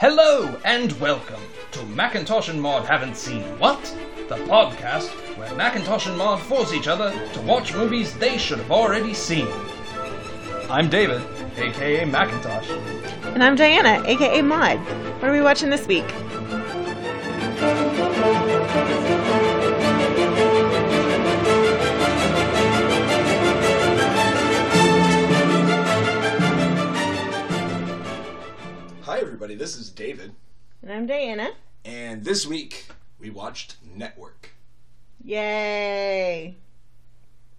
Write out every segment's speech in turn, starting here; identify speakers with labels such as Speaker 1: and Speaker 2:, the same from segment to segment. Speaker 1: Hello and welcome to Macintosh and Maud Haven't Seen What? The podcast where Macintosh and Maud force each other to watch movies they should have already seen. I'm David, aka Macintosh.
Speaker 2: And I'm Diana, aka Maud. What are we watching this week?
Speaker 3: Hi, everybody. This is David,
Speaker 2: And I'm Diana.
Speaker 3: and this week we watched Network.
Speaker 2: Yay!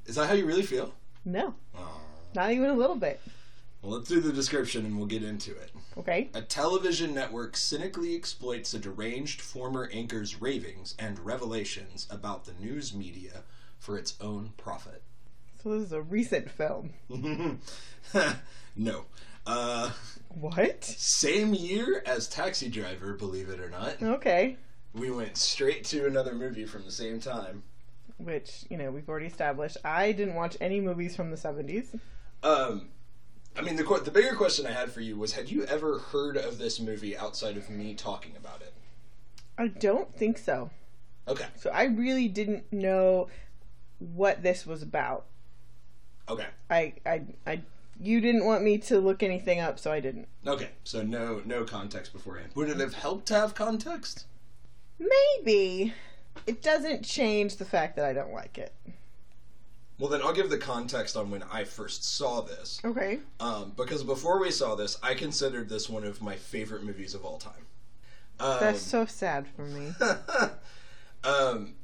Speaker 3: Is that how you really feel?
Speaker 2: No,
Speaker 3: Aw.
Speaker 2: not even a little bit.
Speaker 3: Well, let's do the description and we'll get into it.
Speaker 2: Okay.
Speaker 3: A television network cynically exploits a deranged former anchor's ravings and revelations about the news media for its own profit.
Speaker 2: So this is a recent film.
Speaker 3: no. Uh,
Speaker 2: What?
Speaker 3: same year as Taxi Driver, believe it or not.
Speaker 2: Okay.
Speaker 3: We went straight to another movie from the same time.
Speaker 2: Which, you know, we've already established. I didn't watch any movies from the 70s.
Speaker 3: Um, I mean, the que- the bigger question I had for you was: Had you ever heard of this movie outside of me talking about it?
Speaker 2: I don't think so.
Speaker 3: Okay,
Speaker 2: So I really didn't know what this was about.
Speaker 3: okay,
Speaker 2: I, I, I, you didn't want me to look anything up, so I didn't.
Speaker 3: okay. So no, no context beforehand. Would it have helped to have context?
Speaker 2: Maybe. It doesn't change the fact that I don't like it.
Speaker 3: Well, then I'll give the context on when I first saw this,
Speaker 2: Okay.
Speaker 3: um, because before we saw this, I considered this one of my favorite movies of all time. Um,
Speaker 2: That's so sad for me.
Speaker 3: um,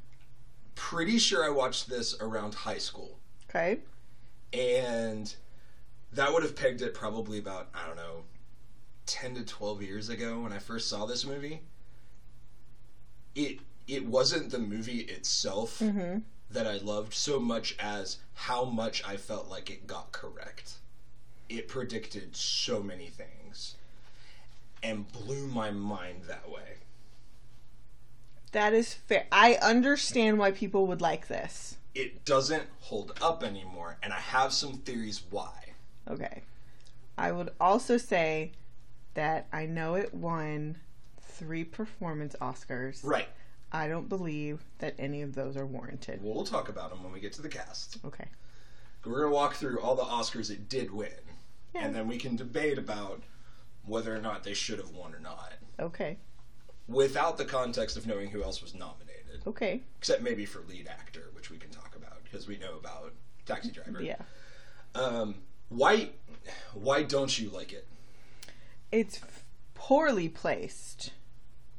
Speaker 3: pretty sure I watched this around high school.
Speaker 2: Okay.
Speaker 3: and that would have pegged it probably about I don't know, ten to twelve years ago when I first saw this movie. It it wasn't the movie itself that I loved so much as how much I felt like it got correct. It predicted so many things and blew my mind that way.
Speaker 2: That is fair. I understand why people would like this.
Speaker 3: It doesn't hold up anymore, and I have some theories why.
Speaker 2: Okay. I would also say that I know it won three performance Oscars.
Speaker 3: Right.
Speaker 2: I don't believe that any of those are warranted.
Speaker 3: We'll talk about them when we get to the cast.
Speaker 2: Okay.
Speaker 3: We're gonna walk through all the Oscars it did win,
Speaker 2: Yeah.
Speaker 3: and then we can debate about whether or not they should have won or not,
Speaker 2: Okay.
Speaker 3: without the context of knowing who else was nominated,
Speaker 2: Okay.
Speaker 3: except maybe for lead actor, which we can talk about because we know about Taxi Driver.
Speaker 2: Yeah.
Speaker 3: Um, why, why don't you like it?
Speaker 2: It's f- poorly placed.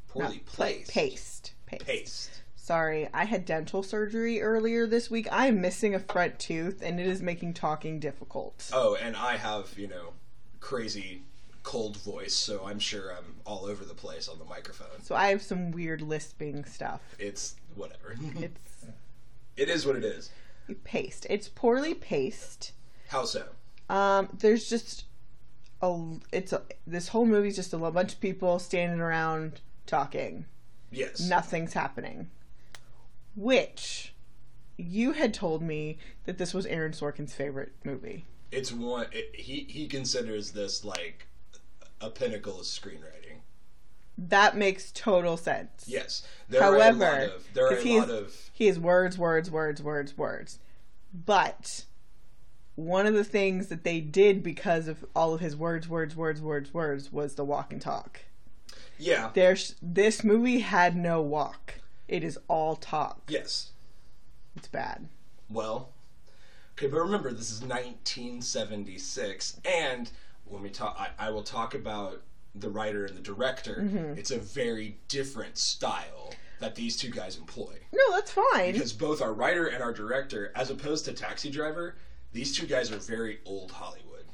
Speaker 3: Poorly placed.
Speaker 2: Paced. Paced.
Speaker 3: Paced.
Speaker 2: Sorry, I had dental surgery earlier this week. I am missing a front tooth and it is making talking difficult.
Speaker 3: Oh, and I have you know, crazy cold voice, so I'm sure I'm all over the place on the microphone.
Speaker 2: So I have some weird lisping stuff.
Speaker 3: It's whatever.
Speaker 2: It's
Speaker 3: it is what it is.
Speaker 2: paste. It's poorly paced.
Speaker 3: How so?
Speaker 2: Um, there's just a it's a, this whole movie's just a lo- bunch of people standing around talking.
Speaker 3: Yes.
Speaker 2: Nothing's happening. Which you had told me that this was Aaron Sorkin's favorite movie.
Speaker 3: it's one it, he he considers this like a pinnacle of screenwriting.
Speaker 2: That makes total sense.
Speaker 3: Yes, there are a
Speaker 2: However,
Speaker 3: lot of there are
Speaker 2: 'cause
Speaker 3: a
Speaker 2: he
Speaker 3: lot
Speaker 2: is-
Speaker 3: of
Speaker 2: He is words, words, words, words, words. But one of the things that they did because of all of his words, words, words, words, words was the walk and talk.
Speaker 3: yeah
Speaker 2: There's this movie had no walk. It is all talk.
Speaker 3: yes.
Speaker 2: It's bad.
Speaker 3: Well, okay, but remember this is 1976, and when we talk, I, I will talk about the writer and the director. It's a very different style that these two guys employ
Speaker 2: No, that's fine.
Speaker 3: because both our writer and our director, as opposed to Taxi Driver, these two guys are very old Hollywood,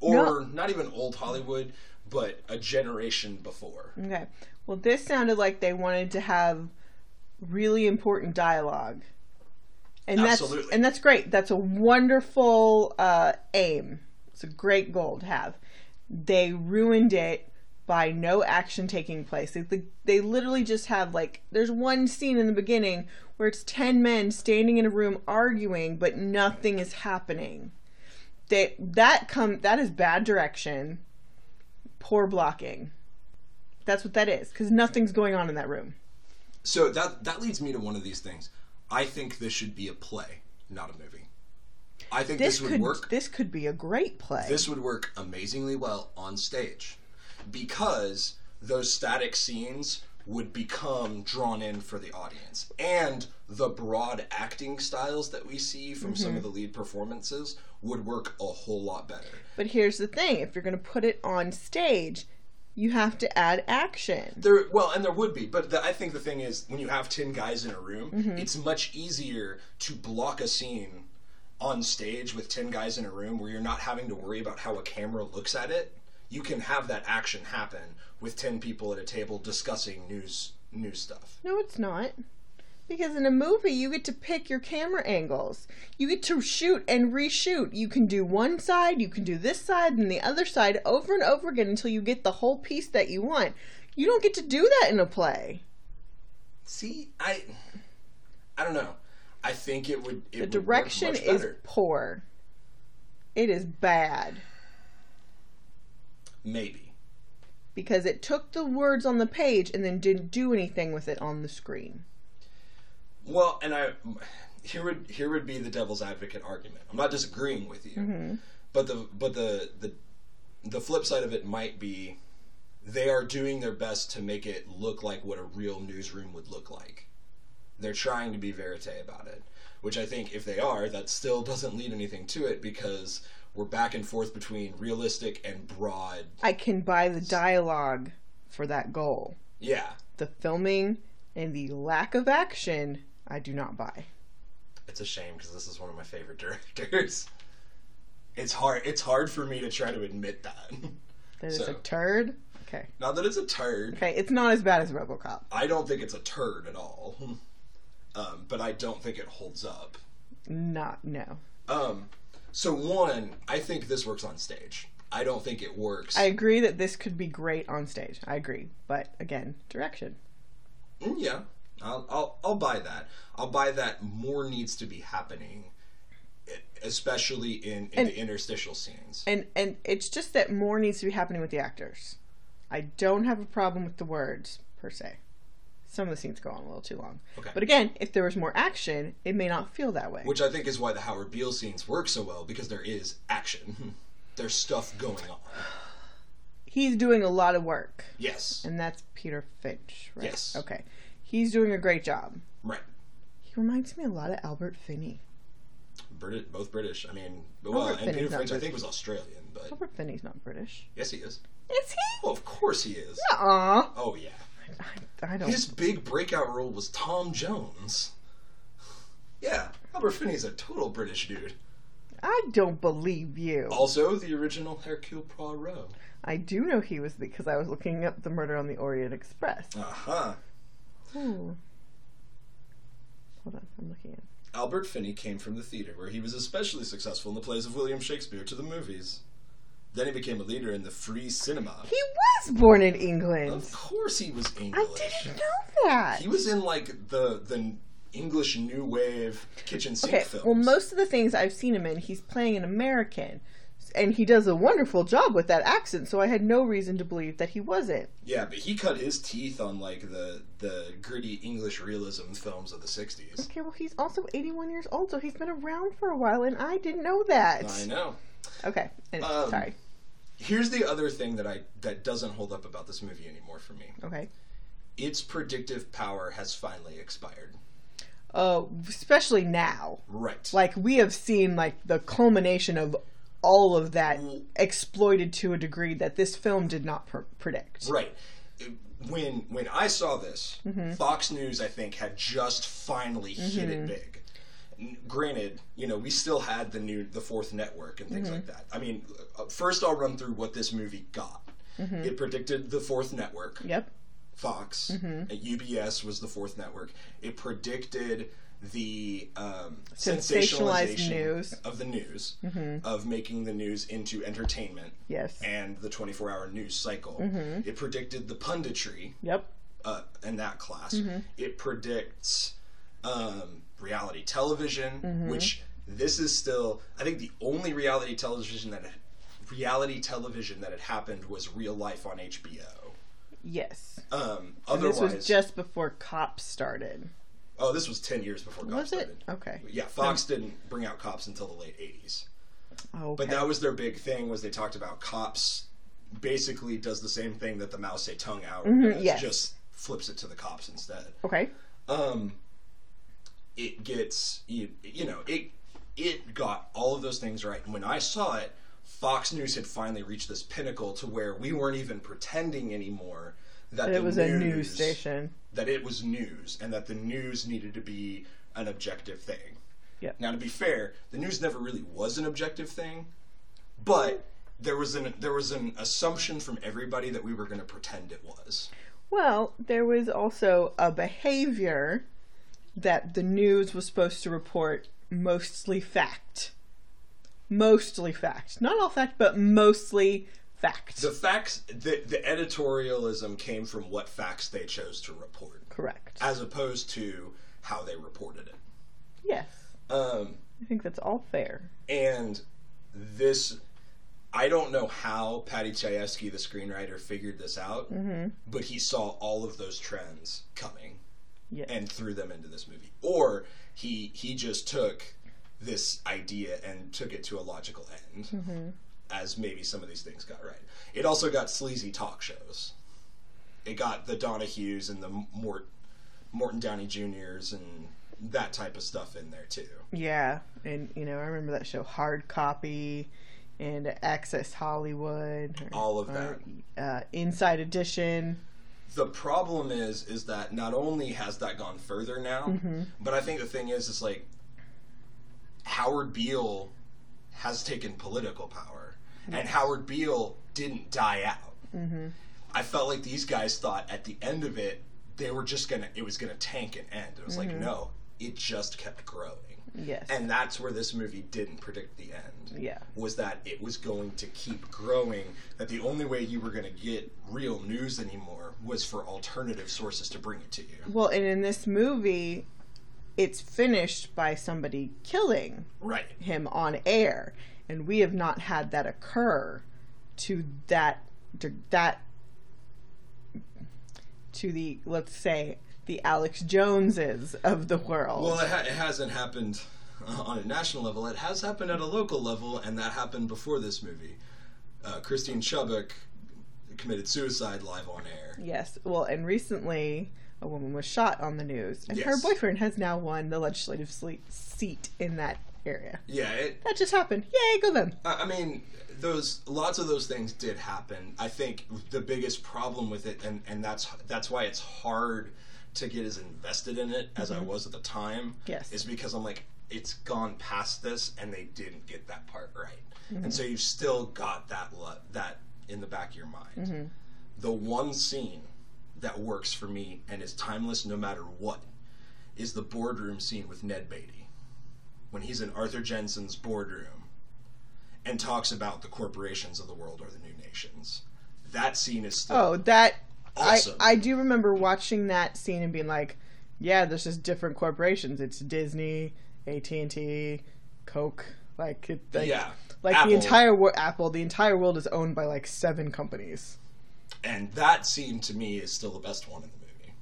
Speaker 3: or not even old Hollywood, but a generation before.
Speaker 2: okay. Well, this sounded like they wanted to have really important dialogue. And that's
Speaker 3: Absolutely.
Speaker 2: and that's great. That's a wonderful uh, aim. It's a great goal to have. They ruined it by no action taking place. They, they, they literally just have like there's one scene in the beginning where it's 10 men standing in a room arguing but nothing is happening. They that come that is bad direction. Poor blocking. That's what that is because nothing's going on in that room.
Speaker 3: So that that leads me to one of these things. I think this should be a play, not a movie. I think this,
Speaker 2: This,
Speaker 3: would
Speaker 2: could
Speaker 3: work.
Speaker 2: this could be a great play.
Speaker 3: This would work amazingly well on stage because those static scenes would become drawn in for the audience. And the broad acting styles that we see from some of the lead performances would work a whole lot better.
Speaker 2: but here's the thing: if you're going to put it on stage, you have to add action.
Speaker 3: There, well, and there would be, but the, I think the thing is, when you have ten guys in a room,
Speaker 2: Mm-hmm.
Speaker 3: it's much easier to block a scene on stage with ten guys in a room where you're not having to worry about how a camera looks at it. You can have that action happen with ten people at a table discussing news news stuff.
Speaker 2: No, it's not. Because in a movie, you get to pick your camera angles. You get to shoot and reshoot. You can do one side, you can do this side, and the other side over and over again until you get the whole piece that you want. You don't get to do that in a play.
Speaker 3: See, I, I don't know. I think it would. It
Speaker 2: The
Speaker 3: would work
Speaker 2: direction
Speaker 3: much
Speaker 2: is
Speaker 3: better.
Speaker 2: poor. It is bad
Speaker 3: maybe.
Speaker 2: because it took the words on the page and then didn't do anything with it on the screen.
Speaker 3: Well, and I here would here would be the devil's advocate argument. I'm not disagreeing with you, but the but the the the flip side of it might be they are doing their best to make it look like what a real newsroom would look like. They're trying to be verite about it, which I think if they are, that still doesn't lead anything to it because we're back and forth between realistic and broad.
Speaker 2: I can buy the dialogue for that goal.
Speaker 3: Yeah,
Speaker 2: the filming and the lack of action I do not buy.
Speaker 3: it's a shame because this is one of my favorite directors. It's hard. It's hard for me to try to admit that.
Speaker 2: That is
Speaker 3: So-
Speaker 2: a turd. Okay.
Speaker 3: Not that it's a turd.
Speaker 2: Okay, it's not as bad as RoboCop.
Speaker 3: I don't think it's a turd at all. Um, but I don't think it holds up.
Speaker 2: Not no.
Speaker 3: Um, so one, I think this works on stage. I don't think it works.
Speaker 2: I agree that this could be great on stage. I agree, but again, direction.
Speaker 3: Mm, yeah, I'll, I'll I'll buy that. I'll buy that. More needs to be happening, e- especially in, in the interstitial scenes.
Speaker 2: And and it's just that more needs to be happening with the actors. I don't have a problem with the words per se. Some of the scenes go on a little too long.
Speaker 3: Okay.
Speaker 2: But again, if there was more action, it may not feel that way.
Speaker 3: Which I think is why the Howard Beale scenes work so well because there is action. There's stuff going on.
Speaker 2: He's doing a lot of work,
Speaker 3: Yes.
Speaker 2: and that's Peter Finch, right?
Speaker 3: Yes.
Speaker 2: Okay. He's doing a great job.
Speaker 3: Right.
Speaker 2: He reminds me a lot of Albert Finney.
Speaker 3: British, both British. I mean, well,
Speaker 2: Albert
Speaker 3: and
Speaker 2: Finney's
Speaker 3: Peter
Speaker 2: not
Speaker 3: Finch, I
Speaker 2: British.
Speaker 3: think, was Australian, but
Speaker 2: Albert Finney's not British.
Speaker 3: yes, he is.
Speaker 2: Is he?
Speaker 3: Well, of course he is.
Speaker 2: Aw.
Speaker 3: Oh yeah.
Speaker 2: I don't.
Speaker 3: His big breakout role was Tom Jones. Yeah, Albert Finney's a total British dude.
Speaker 2: I don't believe you.
Speaker 3: Also, the original Hercule Poirot.
Speaker 2: I do know he was because I was looking up the Murder on the Orient Express.
Speaker 3: Uh
Speaker 2: Uh-huh.
Speaker 3: huh.
Speaker 2: Ooh. Hold on, I'm looking at.
Speaker 3: Albert Finney came from the theater, where he was especially successful in the plays of William Shakespeare to the movies. Then he became a leader in the free cinema.
Speaker 2: He was born in England.
Speaker 3: Of course, he was
Speaker 2: I
Speaker 3: English.
Speaker 2: didn't know that.
Speaker 3: He was in like the the English New Wave kitchen sink
Speaker 2: Okay,
Speaker 3: films.
Speaker 2: well, most of the things I've seen him in, he's playing an American, and he does a wonderful job with that accent. So I had no reason to believe that he wasn't.
Speaker 3: Yeah, but he cut his teeth on like the the gritty English realism films of the '60s.
Speaker 2: Okay, well, he's also 81 years old, so he's been around for a while, and I didn't know that.
Speaker 3: I know.
Speaker 2: Okay, anyway,
Speaker 3: Um,
Speaker 2: sorry.
Speaker 3: Here's the other thing that I that doesn't hold up about this movie anymore for me.
Speaker 2: Okay.
Speaker 3: Its predictive power has finally expired.
Speaker 2: Uh, especially now.
Speaker 3: Right.
Speaker 2: Like, we have seen, like, the culmination of all of that
Speaker 3: Mm.
Speaker 2: exploited to a degree that this film did not pr- predict.
Speaker 3: Right. When when I saw this,
Speaker 2: Mm-hmm.
Speaker 3: Fox News I think had just finally hit it big. N- Granted, you know we still had the new the fourth network and things
Speaker 2: Mm-hmm.
Speaker 3: like that. I mean, uh, first I'll run through what this movie got.
Speaker 2: Mm-hmm.
Speaker 3: It predicted the fourth network.
Speaker 2: Yep.
Speaker 3: Fox.
Speaker 2: Mm-hmm.
Speaker 3: uh, UBS was the fourth network. It predicted the um,
Speaker 2: Sensationalized
Speaker 3: sensationalization
Speaker 2: news. Mm-hmm.
Speaker 3: of the news, of making the news into entertainment
Speaker 2: Yes.
Speaker 3: and the 24 hour news cycle.
Speaker 2: Mm-hmm.
Speaker 3: It predicted the punditry
Speaker 2: Yep.
Speaker 3: uh, in that class.
Speaker 2: Mm-hmm.
Speaker 3: It predicts um, reality television,
Speaker 2: Mm-hmm.
Speaker 3: which this is still, I think, the only reality television that reality television that had happened was Real Life on HBO.
Speaker 2: Yes.
Speaker 3: Um,
Speaker 2: And
Speaker 3: otherwise,
Speaker 2: this was just before Cops started.
Speaker 3: oh, this was ten years before. Cops
Speaker 2: was it?
Speaker 3: started.
Speaker 2: Okay.
Speaker 3: Yeah, Fox didn't bring out cops until the late '80s.
Speaker 2: Oh, okay.
Speaker 3: But that was their big thing was they talked about cops basically does the same thing that the Mao Zedong hour does,
Speaker 2: Mm-hmm, yes.
Speaker 3: just flips it to the cops instead.
Speaker 2: okay.
Speaker 3: Um, it gets you, you know it it got all of those things right. And when I saw it, Fox News had finally reached this pinnacle to where we weren't even pretending anymore that
Speaker 2: It
Speaker 3: the
Speaker 2: was
Speaker 3: news,
Speaker 2: a news station.
Speaker 3: that it was news and that the news needed to be an objective thing.
Speaker 2: Yeah.
Speaker 3: Now, to be fair, the news never really was an objective thing, but there was an there was an assumption from everybody that we were going to pretend it was.
Speaker 2: Well, there was also a behavior that the news was supposed to report mostly fact. Mostly fact. Not all fact, but mostly fact.
Speaker 3: The facts, the, the editorialism came from what facts they chose to report,
Speaker 2: Correct.
Speaker 3: as opposed to how they reported it.
Speaker 2: Yes.
Speaker 3: Um,
Speaker 2: I think that's all fair.
Speaker 3: and this i don't know how patty chayefsky the screenwriter figured this out but he saw all of those trends coming
Speaker 2: Yeah.
Speaker 3: and threw them into this movie or he he just took this idea and took it to a logical end as maybe some of these things got right it also got sleazy talk shows it got the donahues and the Mort, morton downey juniors and that type of stuff in there too
Speaker 2: Yeah. And, you know, I remember that show Hard Copy and Access Hollywood. or-
Speaker 3: all of
Speaker 2: or,
Speaker 3: that
Speaker 2: Uh, Inside Edition.
Speaker 3: the problem is is that not only has that gone further now but i think the thing is is like howard beale has taken political power and howard beale didn't die out i felt like these guys thought at the end of it they were just gonna it was gonna tank and end it was like no it just kept growing
Speaker 2: Yes.
Speaker 3: and that's where this movie didn't predict the end
Speaker 2: yeah.
Speaker 3: was that it was going to keep growing, that the only way you were going to get real news anymore was for alternative sources to bring it to you.
Speaker 2: Well, and in this movie, it's finished by somebody killing
Speaker 3: Right.
Speaker 2: him on air, and we have not had that occur to that to that to the let's say the Alex Joneses of the world.
Speaker 3: Well, it, ha- it hasn't happened uh, on a national level. It has happened at a local level, and that happened before this movie. Uh, Christine Chubbuck committed suicide live on air.
Speaker 2: yes. Well, and recently a woman was shot on the news, and her
Speaker 3: Yes.
Speaker 2: boyfriend has now won the legislative sle- seat in that area.
Speaker 3: Yeah, it,
Speaker 2: That just happened. Yay, go them.
Speaker 3: I I mean, those lots of those things did happen. I think the biggest problem with it, and, and that's that's why it's hard to get as invested in it as I was at the time.
Speaker 2: Yes.
Speaker 3: is because I'm like it's gone past this, and they didn't get that part right, and so you've still got that lo- that in the back of your mind. The one scene that works for me and is timeless no matter what is the boardroom scene with Ned Beatty when he's in Arthur Jensen's boardroom and talks about the corporations of the world or the new nations. That scene is still
Speaker 2: Oh, that
Speaker 3: awesome.
Speaker 2: I I do remember watching that scene and being like, yeah, there's just different corporations. It's Disney, AT and T, Coke. Like it, like,
Speaker 3: yeah,
Speaker 2: like
Speaker 3: Apple.
Speaker 2: the entire world, Apple. The entire world is owned by like seven companies.
Speaker 3: and that scene to me is still the best one in the movie.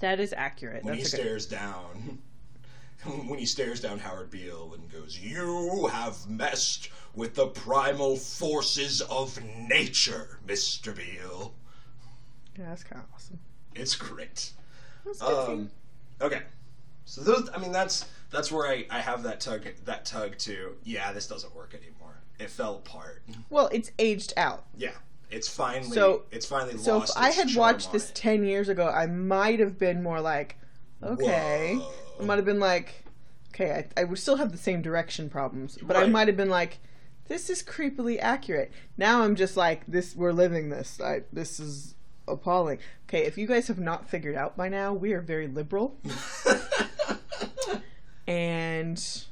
Speaker 2: That is accurate.
Speaker 3: When he stares down, when he stares down Howard Beale and goes, "You have messed with the primal forces of nature, Mister Beale."
Speaker 2: yeah, that's kind of awesome.
Speaker 3: It's great.
Speaker 2: That's a good
Speaker 3: Um, okay. So those, I mean, that's that's where I, I have that tug that tug to yeah, this doesn't work anymore. It fell apart.
Speaker 2: Well, it's aged out.
Speaker 3: Yeah, it's finally
Speaker 2: So-
Speaker 3: it's finally
Speaker 2: So if
Speaker 3: lost.
Speaker 2: I
Speaker 3: its
Speaker 2: had
Speaker 3: charm
Speaker 2: watched
Speaker 3: on
Speaker 2: this
Speaker 3: it.
Speaker 2: ten years ago, I might have been more like, okay. I
Speaker 3: Whoa.
Speaker 2: might have been like, okay, I, I would still have the same direction problems, but I
Speaker 3: Right.
Speaker 2: might have been like, this is creepily accurate. Now I'm just like, this, we're living this. I, this is appalling. Okay, if you guys have not figured out by now, we are very liberal. and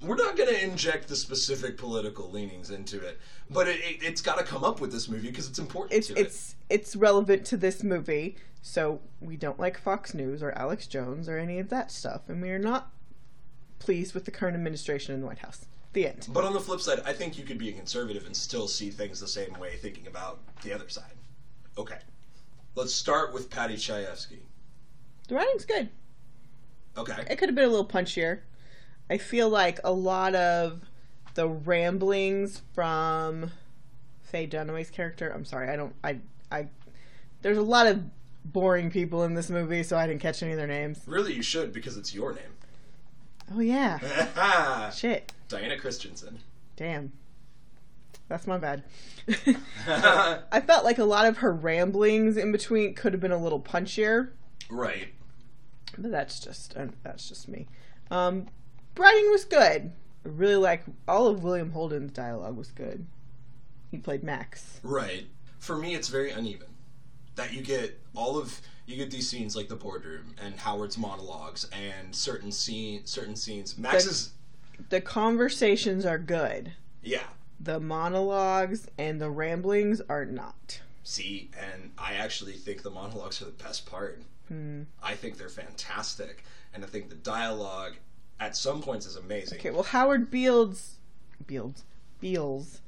Speaker 3: We're not going to inject the specific political leanings into it, but it, it, it's got to come up with this movie because it's important
Speaker 2: it's
Speaker 3: to it.
Speaker 2: it's it's relevant to this movie. So we don't like Fox News or Alex Jones or any of that stuff, and we are not pleased with the current administration in the White House. The end.
Speaker 3: But on the flip side, I think you could be a conservative and still see things the same way, thinking about the other side. Okay, Let's start with Patty Chayefsky.
Speaker 2: The writing's good.
Speaker 3: Okay.
Speaker 2: It could have been a little punchier. I feel like a lot of the ramblings from Faye Dunaway's character. I'm sorry, I don't. I I. There's a lot of boring people in this movie, so I didn't catch any of their names.
Speaker 3: Really, you should because it's your name.
Speaker 2: Oh yeah, shit,
Speaker 3: Diana Christensen.
Speaker 2: damn. That's my bad. I felt like a lot of her ramblings in between could have been a little punchier,
Speaker 3: right.
Speaker 2: But that's just uh, that's just me. Um, writing was good. I really like all of William Holden's dialogue was good. He played Max.
Speaker 3: Right. For me, it's very uneven. That you get all of you get these scenes like the boardroom and Howard's monologues and certain scene certain scenes. Max's
Speaker 2: The conversations are good.
Speaker 3: yeah.
Speaker 2: The monologues and the ramblings are not.
Speaker 3: See, and I actually think the monologues are the best part.
Speaker 2: Hmm.
Speaker 3: I think they're fantastic, and I think the dialogue at some points is amazing.
Speaker 2: Okay, well Howard Beale's Beale's Beale's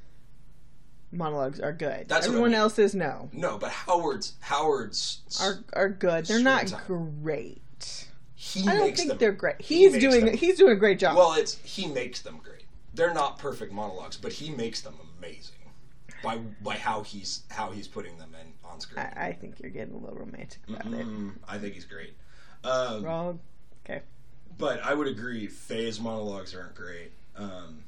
Speaker 2: monologues are good.
Speaker 3: That's what I
Speaker 2: Everyone
Speaker 3: mean.
Speaker 2: else's no
Speaker 3: No, but Howard's Howard's s-
Speaker 2: are are good. They're not
Speaker 3: Storytime.
Speaker 2: great.
Speaker 3: he
Speaker 2: I don't
Speaker 3: makes
Speaker 2: think
Speaker 3: them
Speaker 2: they're great.
Speaker 3: he
Speaker 2: He's
Speaker 3: makes
Speaker 2: doing
Speaker 3: them-
Speaker 2: he's doing a great job.
Speaker 3: Well, it's he makes them great. They're not perfect monologues, but he makes them amazing by by how he's how he's putting them in on screen. I,
Speaker 2: I, I think you're getting a little romantic about it.
Speaker 3: Mm, I think he's great. Um,
Speaker 2: Wrong. Okay.
Speaker 3: but I would agree, Faye's monologues aren't great. Um,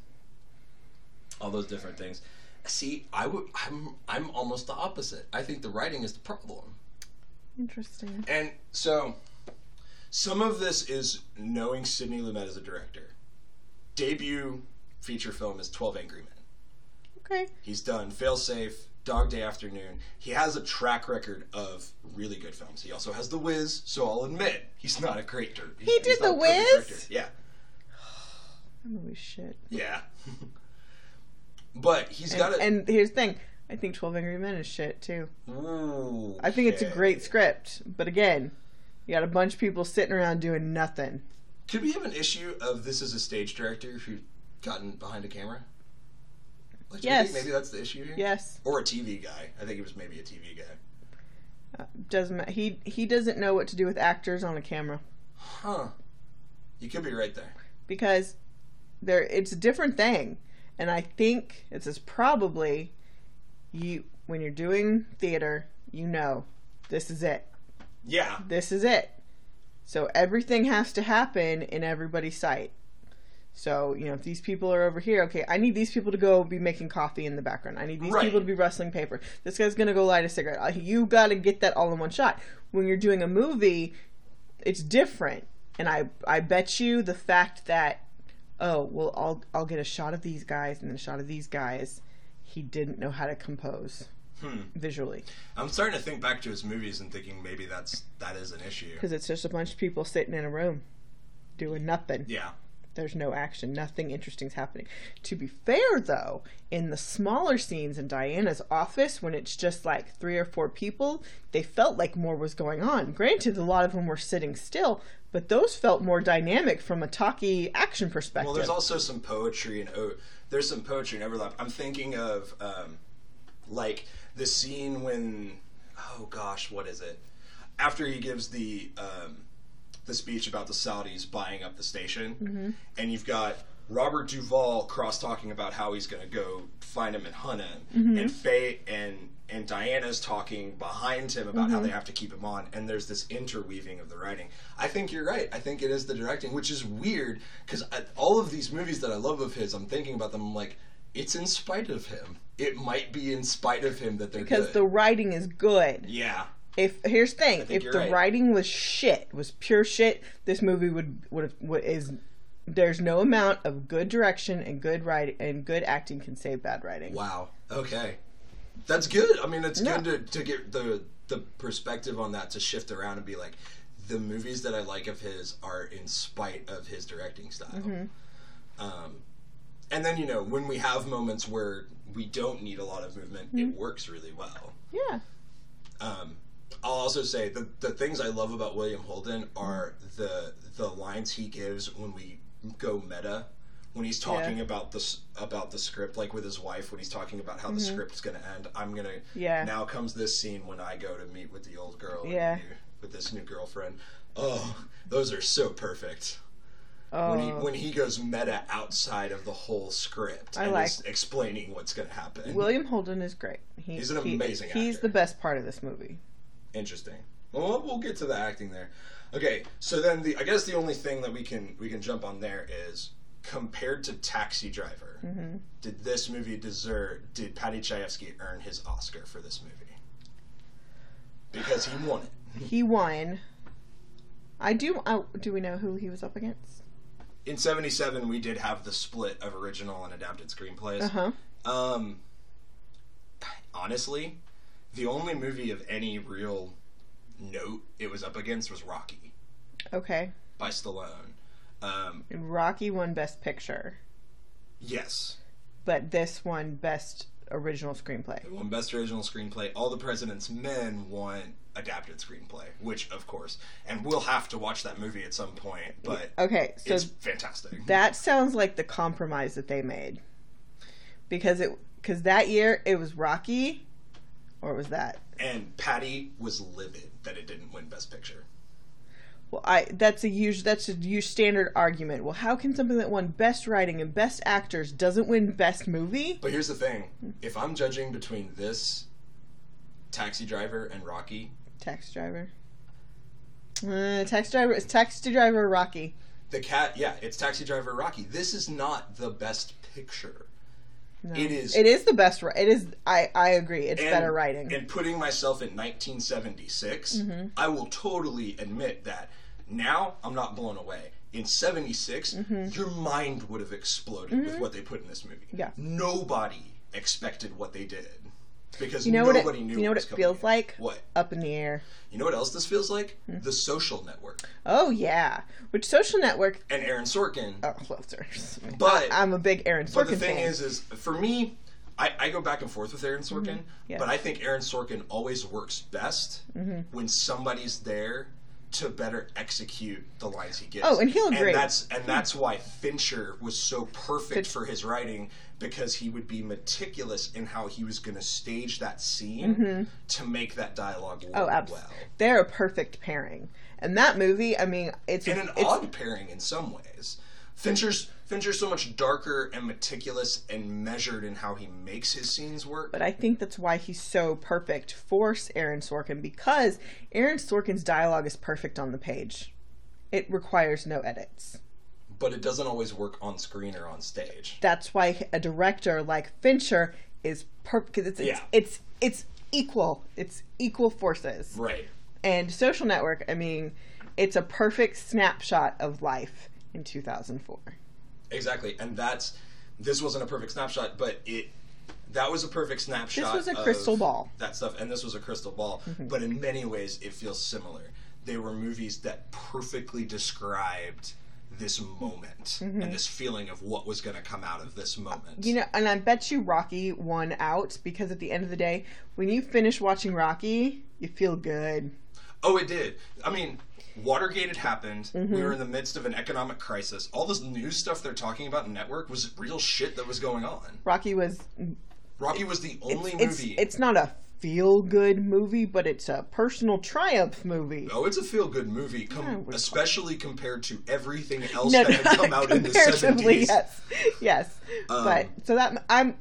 Speaker 3: all those different things. See, I would I'm I'm almost the opposite. I think the writing is the problem.
Speaker 2: Interesting.
Speaker 3: And so, some of this is knowing Sidney Lumet as a director. Debut feature film is Twelve Angry Men.
Speaker 2: Okay.
Speaker 3: He's done Failsafe, Dog Day Afternoon. He has a track record of really good films. He also has The Wiz, so I'll admit he's not a great director. He
Speaker 2: did The Wiz?
Speaker 3: Yeah,
Speaker 2: That movie's shit.
Speaker 3: yeah. but he's got a.
Speaker 2: And here's the thing. I think Twelve Angry Men is shit too.
Speaker 3: Ooh,
Speaker 2: I think it's a
Speaker 3: shit.
Speaker 2: great script, but again, you got a bunch of people sitting around doing nothing.
Speaker 3: Could we have an issue of this is a stage director who's gotten behind a camera? Like, do you
Speaker 2: Yes.
Speaker 3: think maybe that's the issue here.
Speaker 2: Yes,
Speaker 3: Or a TV guy. I think he was maybe a TV guy.
Speaker 2: Uh, doesn't ma- he? He doesn't know what to do with actors on a camera
Speaker 3: Huh. You could be right there.
Speaker 2: because there it's a different thing, and I think it's is probably you when you're doing theater, you know, this is it.
Speaker 3: Yeah.
Speaker 2: this is it. So everything has to happen in everybody's sight. So, you know, if these people are over here, okay, I need these people to go be making coffee in the background. I need these
Speaker 3: Right.
Speaker 2: people to be rustling paper. This guy's going to go light a cigarette. Uh, You got to get that all in one shot. When you're doing a movie, it's different. And I I bet you the fact that oh, well I'll I'll get a shot of these guys and then a shot of these guys, he didn't know how to compose visually.
Speaker 3: I'm starting to think back to his movies and thinking maybe that's that is an issue.
Speaker 2: because it's just a bunch of people sitting in a room doing nothing.
Speaker 3: Yeah.
Speaker 2: There's no action. Nothing interesting's happening. To be fair, though, in the smaller scenes in Diana's office, when it's just like three or four people, they felt like more was going on. Granted, a lot of them were sitting still, but those felt more dynamic from a talkie action perspective.
Speaker 3: Well, there's also some poetry and oh, there's some poetry and overlap. I'm thinking of um, like the scene when oh gosh, what is it? After he gives the um, the speech about the Saudis buying up the station,
Speaker 2: Mm-hmm.
Speaker 3: and you've got Robert Duvall cross talking about how he's going to go find him and hunt him,
Speaker 2: Mm-hmm.
Speaker 3: and Faye and and Diana's talking behind him about
Speaker 2: Mm-hmm.
Speaker 3: how they have to keep him on, and there's this interweaving of the writing. I think you're right. I think it is the directing, which is weird because all of these movies that I love of his, I'm thinking about them. I'm like, it's in spite of him. It might be in spite of him that they're
Speaker 2: because the
Speaker 3: good.
Speaker 2: writing is good.
Speaker 3: yeah.
Speaker 2: If here's the thing, if
Speaker 3: you're
Speaker 2: the
Speaker 3: right.
Speaker 2: writing was shit, was pure shit, this movie would would have would, is there's no amount of good direction and good writing and good acting can save bad writing.
Speaker 3: Wow. Okay. That's good. I mean, it's
Speaker 2: Yeah.
Speaker 3: good to, to get the the perspective on that to shift around and be like, the movies that I like of his are in spite of his directing style. Um, and then you know when we have moments where we don't need a lot of movement, it works really well.
Speaker 2: Yeah,
Speaker 3: Um, I'll also say the the things I love about William Holden are the the lines he gives when we go meta, when he's talking about this about the script, like with his wife, when he's talking about how the script's going to end. I'm gonna.
Speaker 2: Mm-hmm. Yeah.
Speaker 3: Now comes this scene when I go to meet with the old girl. and
Speaker 2: Yeah.
Speaker 3: you- with this new girlfriend. Oh, those are so perfect. When he
Speaker 2: Oh,
Speaker 3: when he goes meta outside of the whole script
Speaker 2: I
Speaker 3: and
Speaker 2: like-
Speaker 3: is explaining what's going to happen.
Speaker 2: William Holden is great. He-
Speaker 3: He's an
Speaker 2: he-
Speaker 3: amazing
Speaker 2: He's
Speaker 3: actor.
Speaker 2: the best part of this movie.
Speaker 3: Interesting. Well, we'll- we'll get to the acting there. Okay, so then the I guess the only thing that we can we can jump on there is compared to Taxi Driver, did this movie deserve? Did Patty Chayefsky earn his Oscar for this movie? Because he won it.
Speaker 2: He won. I do. I, do we know who he was up against?
Speaker 3: In '77, we did have the split of original and adapted screenplays.
Speaker 2: Uh huh.
Speaker 3: Um, honestly, the only movie of any real note it was up against was Rocky
Speaker 2: Okay.
Speaker 3: by Stallone. Um,
Speaker 2: And Rocky won Best Picture,
Speaker 3: Yes.
Speaker 2: but this won Best Original Screenplay.
Speaker 3: It won Best Original Screenplay. All the President's Men won Adapted Screenplay, which, of course, and we'll have to watch that movie at some point, but
Speaker 2: Okay, Oh, so
Speaker 3: it's fantastic.
Speaker 2: that sounds like the compromise that they made, because it because that year it was Rocky, or was that?
Speaker 3: and Patty was livid that it didn't win Best Picture.
Speaker 2: Well, I that's a huge that's a huge standard argument. Well, how can something that won Best Writing and Best Actors doesn't win Best Movie?
Speaker 3: But here's the thing if I'm judging between this, Taxi Driver, and Rocky,
Speaker 2: Tax Driver. Uh, tax driver is taxi driver Rocky.
Speaker 3: the cat, yeah, it's Taxi Driver Rocky. This is not the Best Picture.
Speaker 2: No.
Speaker 3: It is-
Speaker 2: It is the best. wri- It is. I I agree. It's
Speaker 3: and-
Speaker 2: better writing. Mm-hmm.
Speaker 3: And putting myself in 1976, I will totally admit that now I'm not blown away. In 76, your mind would have exploded with what they put in this movie.
Speaker 2: Mm-hmm. Yeah.
Speaker 3: Nobody expected what they did because
Speaker 2: you know
Speaker 3: nobody
Speaker 2: what it,
Speaker 3: knew
Speaker 2: you know what
Speaker 3: was
Speaker 2: it
Speaker 3: coming
Speaker 2: feels
Speaker 3: in.
Speaker 2: like? Hmm.
Speaker 3: What?
Speaker 2: Up in the air.
Speaker 3: You know what else this feels like? The social network
Speaker 2: Oh yeah. Which social network?
Speaker 3: and Aaron Sorkin.
Speaker 2: Oh, closers.
Speaker 3: But-
Speaker 2: I, am a big Aaron Sorkin
Speaker 3: But the thing
Speaker 2: fan.
Speaker 3: is, is for me, I, I go back and forth with Aaron Sorkin,
Speaker 2: Yeah.
Speaker 3: but I think Aaron Sorkin always works best
Speaker 2: Mm-hmm.
Speaker 3: when somebody's there to better execute the lines he gives.
Speaker 2: Oh, and he'll agree. Hmm.
Speaker 3: And that's and that's why Fincher was so perfect
Speaker 2: Finch-
Speaker 3: for his writing because he would be meticulous in how he was going to stage that scene to make that dialogue work
Speaker 2: Mm-hmm. oh, abs-
Speaker 3: well.
Speaker 2: They're a perfect pairing. And that movie, I mean, it's
Speaker 3: And an
Speaker 2: it's
Speaker 3: odd pairing in some ways. Fincher's Fincher's so much darker and meticulous and measured in how he makes his scenes work.
Speaker 2: but I think that's why he's so perfect for Aaron Sorkin because Aaron Sorkin's dialogue is perfect on the page. It requires no edits.
Speaker 3: but it doesn't always work on screen or on stage.
Speaker 2: That's why a director like Fincher is perfect because it's, it's,
Speaker 3: Yeah.
Speaker 2: it's it's equal. It's equal forces.
Speaker 3: Right.
Speaker 2: And Social Network, I mean, it's a perfect snapshot of life in 2004.
Speaker 3: Exactly. And that's this wasn't a perfect snapshot, but it that was a perfect snapshot.
Speaker 2: was a
Speaker 3: of
Speaker 2: crystal ball. Mm-hmm.
Speaker 3: That stuff, and this was a crystal ball. But in many ways, it feels similar. They were movies that perfectly described this moment and this feeling of what was going to come out of this moment.
Speaker 2: Mm-hmm. You know, and I bet you Rocky won out because at the end of the day, when you finish watching Rocky, you feel good.
Speaker 3: Oh, it did. I mean, Watergate had happened.
Speaker 2: Mm-hmm.
Speaker 3: We were in the midst of an economic crisis. All this news stuff they're talking about in network was real shit that was going on.
Speaker 2: Rocky was
Speaker 3: Rocky was the only
Speaker 2: it's
Speaker 3: movie.
Speaker 2: it's not a feel good movie, but it's a personal triumph movie.
Speaker 3: oh, it's a feel good movie, com-
Speaker 2: would-
Speaker 3: especially compared to everything else
Speaker 2: No,
Speaker 3: that had come out in the seventies. Um,
Speaker 2: yes, yes. but so that I'm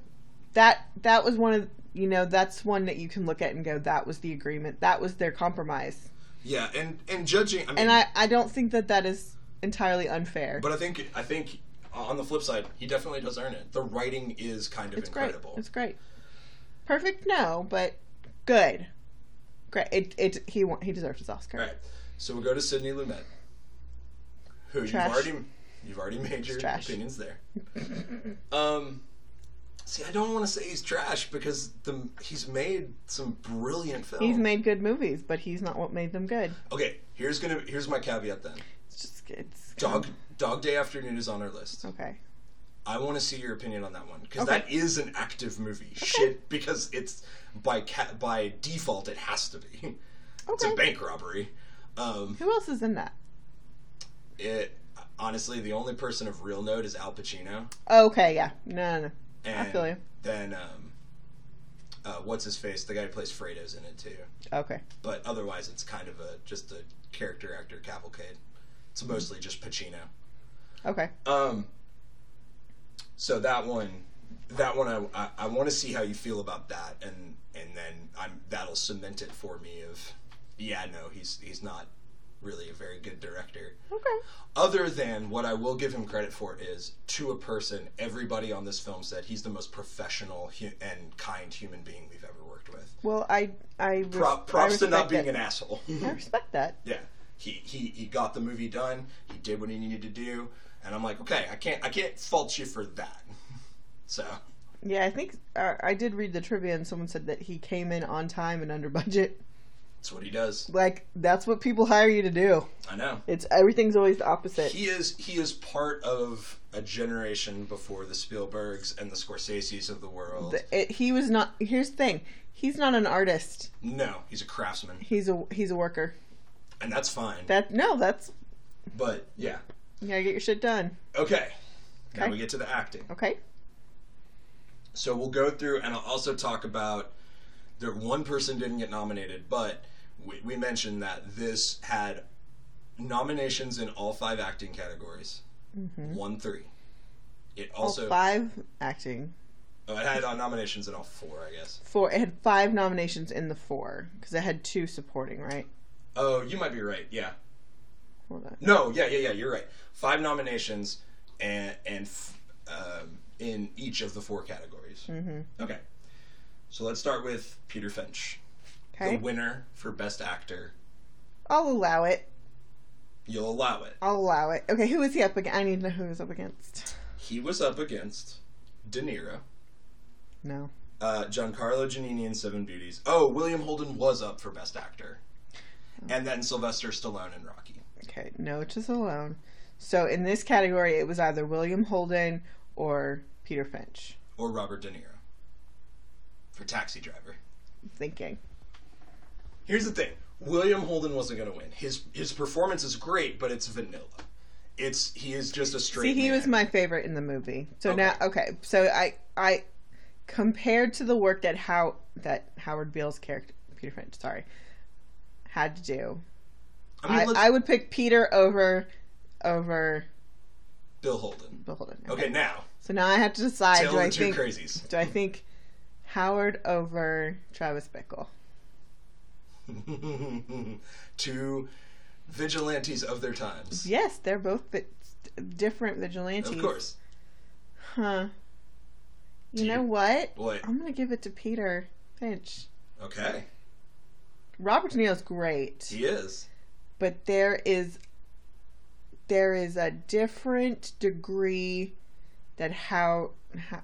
Speaker 2: that that was one of you know that's one that you can look at and go that was the agreement that was their compromise
Speaker 3: Yeah, and and judging, I mean,
Speaker 2: and I I don't think that that is entirely unfair.
Speaker 3: but I think I think on the flip side, he definitely does earn it. The writing is kind of
Speaker 2: it's great.
Speaker 3: incredible.
Speaker 2: It's great. Perfect, no, but good. Great. It it he won, he deserves his Oscar.
Speaker 3: All right, so we'll go to Sidney Lumet, who
Speaker 2: Trash.
Speaker 3: you've already you've already made your
Speaker 2: trash.
Speaker 3: opinions there. um, see, I don't want to say he's trash because the he's made some brilliant films.
Speaker 2: He's made good movies, but he's not what made them good.
Speaker 3: okay, here's gonna here's my caveat then.
Speaker 2: It's just it's
Speaker 3: Dog Dog Day Afternoon is on our list.
Speaker 2: Um, okay.
Speaker 3: I want to see your opinion on that one because
Speaker 2: Okay.
Speaker 3: that is an active movie. Shit, because it's by ca- by default it has to be. it's a
Speaker 2: Okay.
Speaker 3: bank robbery. Um,
Speaker 2: Who else is in that?
Speaker 3: it honestly, the only person of real note is Al Pacino.
Speaker 2: Okay, yeah. No, no, no.
Speaker 3: And
Speaker 2: feel you.
Speaker 3: Then, um, uh, what's his face? The guy who plays Fredo's in it too.
Speaker 2: Okay.
Speaker 3: But otherwise, it's kind of a just a character actor cavalcade. It's mostly just Pacino.
Speaker 2: Okay.
Speaker 3: Um. So that one, that one, I I, I want to see how you feel about that, and and then I'm that'll cement it for me. Of yeah, no, he's he's not really a very good director.
Speaker 2: Okay.
Speaker 3: Other than what I will give him credit for is to a person, everybody on this film said he's the most professional hu- and kind human being we've ever worked with.
Speaker 2: Well, I I res-
Speaker 3: Pro- props
Speaker 2: I
Speaker 3: to
Speaker 2: respect
Speaker 3: not being
Speaker 2: that. Mm-hmm.
Speaker 3: an asshole.
Speaker 2: I respect that.
Speaker 3: Yeah, he, he he got the movie done. He did what he needed to do, and I'm like, okay, I can't I can't fault you for that. So
Speaker 2: Yeah, I think uh, I did read the trivia and someone said that he came in on time and under budget.
Speaker 3: that's what he does.
Speaker 2: Like that's what people hire you to do.
Speaker 3: I know
Speaker 2: It's everything's always the opposite.
Speaker 3: he is he is part of a generation before the Spielbergs and the Scorseses of the world.
Speaker 2: The- it- he was not. Here's the thing. He's not an artist.
Speaker 3: No, he's a craftsman,
Speaker 2: He's a he's a worker.
Speaker 3: and that's fine.
Speaker 2: That no, that's
Speaker 3: But yeah,
Speaker 2: you gotta get your shit done.
Speaker 3: okay. Now
Speaker 2: Okay.
Speaker 3: we get to the acting.
Speaker 2: Okay.
Speaker 3: So we'll go through, and I'll also talk about there. One person didn't get nominated, but we, we mentioned that this had nominations in all five acting categories. One three. It also
Speaker 2: Mm-hmm. All five acting.
Speaker 3: oh, it had uh, nominations in all four, I guess.
Speaker 2: Four. It had five nominations in the four because it had two supporting. Right.
Speaker 3: Oh, you might be right. Yeah.
Speaker 2: Hold on.
Speaker 3: No. Yeah. Yeah. Yeah. You're right. Five nominations, and and f- um, in each of the four categories. Mm-hmm. Okay. So let's start with Peter Finch,
Speaker 2: Okay.
Speaker 3: the winner for Best Actor.
Speaker 2: I'll allow it.
Speaker 3: You'll allow it.
Speaker 2: I'll allow it. Okay. Who is he up against? I need to know who he's up against.
Speaker 3: He was up against De Niro,
Speaker 2: No.
Speaker 3: uh, Giancarlo Giannini in Seven Beauties. Oh, William Holden was up for Best Actor, and then Sylvester Stallone in Rocky.
Speaker 2: Okay, no to Stallone. So in this category, it was either William Holden or Peter Finch.
Speaker 3: or Robert De Niro for Taxi Driver.
Speaker 2: I'm thinking.
Speaker 3: Here's the thing: William Holden wasn't going to win. His his performance is great, but it's vanilla. It's he is just a
Speaker 2: See,
Speaker 3: straight.
Speaker 2: he
Speaker 3: man.
Speaker 2: was my favorite in the movie. So now, okay, so I I compared to the work that how that Howard Beale's character Peter Finch, sorry, had to do.
Speaker 3: I mean,
Speaker 2: I,
Speaker 3: let's-
Speaker 2: I would pick Peter over over
Speaker 3: Bill Holden.
Speaker 2: Bill Holden.
Speaker 3: Okay, now
Speaker 2: So now I have to decide:
Speaker 3: tell
Speaker 2: do
Speaker 3: the
Speaker 2: I
Speaker 3: two
Speaker 2: think
Speaker 3: crazies.
Speaker 2: do I think Howard over Travis Bickle?
Speaker 3: two vigilantes of their times.
Speaker 2: Yes, they're both vi- different vigilantes.
Speaker 3: Of course.
Speaker 2: Huh. You
Speaker 3: Do
Speaker 2: know
Speaker 3: you-
Speaker 2: what?
Speaker 3: What?
Speaker 2: I'm gonna give it to Peter Finch.
Speaker 3: Okay,
Speaker 2: Robert De Niro's great,
Speaker 3: he is.
Speaker 2: but there is there is a different degree that how, how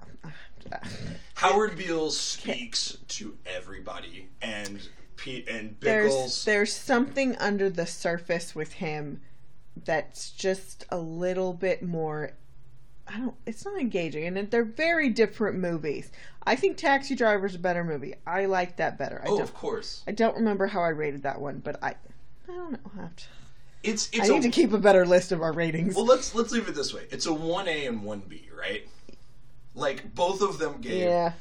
Speaker 3: Howard Beale speaks to everybody, and Pete and
Speaker 2: there's
Speaker 3: Bickles.
Speaker 2: there's something under the surface with him that's just a little bit more I don't it's not engaging and they're very different movies. I think Taxi Driver's a better movie. I like that better. I
Speaker 3: oh,
Speaker 2: don't
Speaker 3: of course.
Speaker 2: I don't remember how I rated that one, but I I don't know. I, have to,
Speaker 3: It's
Speaker 2: I
Speaker 3: it's a,
Speaker 2: need to keep a better list of our ratings.
Speaker 3: Well, let's let's leave it this way. It's a one A and one B, right? Like both of them gave
Speaker 2: yeah.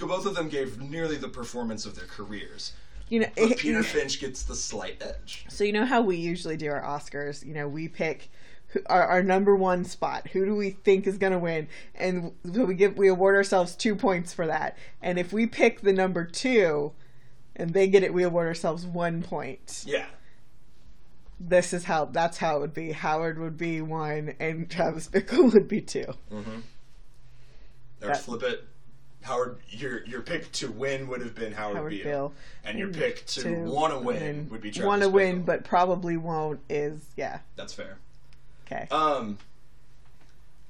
Speaker 3: both of them gave nearly the performance of their careers.
Speaker 2: You know,
Speaker 3: But Peter Finch gets the slight edge.
Speaker 2: so you know how we usually do our Oscars, you know, we pick who, our, our number one spot. Who do we think is going to win? And so we give we award ourselves 2 points for that. And if we pick the number 2 and they get it, we award ourselves 1 point.
Speaker 3: Yeah.
Speaker 2: This is how that's how it would be. Howard would be 1 and Travis Bickle would be 2.
Speaker 3: Or
Speaker 2: That-
Speaker 3: flip it. Howard, your your pick to win would have been Howard,
Speaker 2: Howard
Speaker 3: Beale,
Speaker 2: Beale.
Speaker 3: and your pick to, want to win, would be Travis.
Speaker 2: want to Hmm. win,
Speaker 3: Bickle.
Speaker 2: but probably won't. Is yeah
Speaker 3: that's fair.
Speaker 2: okay.
Speaker 3: Um,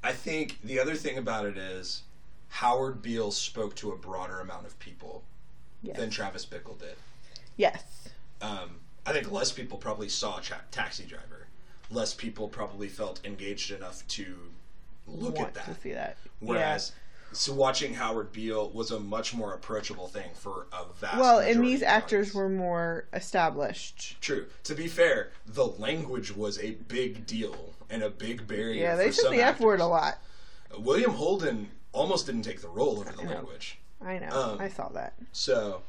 Speaker 3: I think the other thing about it is Howard Beale spoke to a broader amount of people
Speaker 2: yes.
Speaker 3: than Travis Bickle did.
Speaker 2: yes,
Speaker 3: um, I think less people probably saw tra- Taxi Driver. Less people probably felt engaged enough to look
Speaker 2: want
Speaker 3: at that.
Speaker 2: to see that.
Speaker 3: Whereas so watching Howard Beale was a much more approachable thing for a vast.
Speaker 2: Well, and these
Speaker 3: majority of
Speaker 2: actors
Speaker 3: audience.
Speaker 2: were more established.
Speaker 3: True. To be fair, the language was a big deal and a big barrier.
Speaker 2: Yeah, they
Speaker 3: for
Speaker 2: took
Speaker 3: some
Speaker 2: the F word
Speaker 3: actors.
Speaker 2: a lot.
Speaker 3: William Holden almost didn't take the role over the
Speaker 2: know.
Speaker 3: language.
Speaker 2: I know.
Speaker 3: Um,
Speaker 2: I saw that.
Speaker 3: So,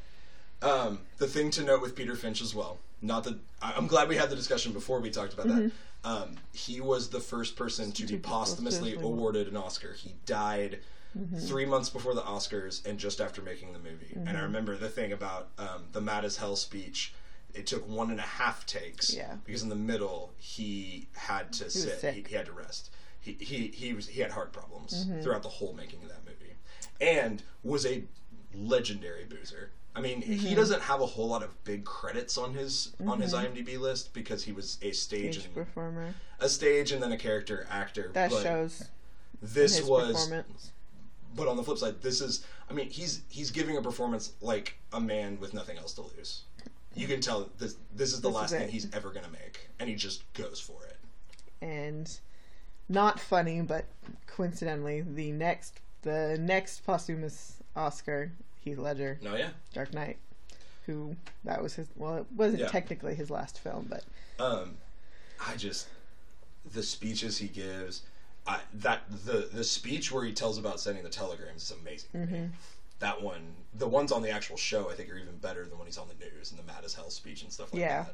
Speaker 3: um, the thing to note with Peter Finch as well, not that I- I'm glad we had the discussion before we talked about that. Um, he was the first person to be posthumously
Speaker 2: posthumously.
Speaker 3: awarded an Oscar. He died three months before the Oscars and just after making the movie. And I remember the thing about um, the Mad as Hell speech. It took one and a half takes
Speaker 2: Yeah.
Speaker 3: because in the middle he had to sit. He,
Speaker 2: sick.
Speaker 3: he had to rest. He, he he was he had heart problems throughout the whole making of that movie, and was a legendary boozer. I mean,
Speaker 2: Mm-hmm.
Speaker 3: he doesn't have a whole lot of big credits on his on his
Speaker 2: Mm-hmm.
Speaker 3: IMDb list because he was a stage
Speaker 2: Each
Speaker 3: and,
Speaker 2: performer
Speaker 3: a stage and then a character actor.
Speaker 2: that
Speaker 3: but
Speaker 2: shows
Speaker 3: this
Speaker 2: his
Speaker 3: was.
Speaker 2: performance.
Speaker 3: But on the flip side, this is. I mean, he's he's giving a performance like a man with nothing else to lose. You can tell this this is the
Speaker 2: This
Speaker 3: last
Speaker 2: is
Speaker 3: thing
Speaker 2: it.
Speaker 3: he's ever gonna make, and he just goes for it.
Speaker 2: and not funny, but coincidentally, the next the next posthumous Oscar, Heath Ledger,
Speaker 3: No, yeah.
Speaker 2: Dark Knight, who that was his well, it wasn't
Speaker 3: Yeah.
Speaker 2: technically his last film, but
Speaker 3: um, I just the speeches he gives. I, that the the speech where he tells about sending the telegrams is amazing. to me.
Speaker 2: Mm-hmm.
Speaker 3: That one, the ones on the actual show, I think are even better than when he's on the news and the mad as hell speech and stuff like
Speaker 2: Yeah.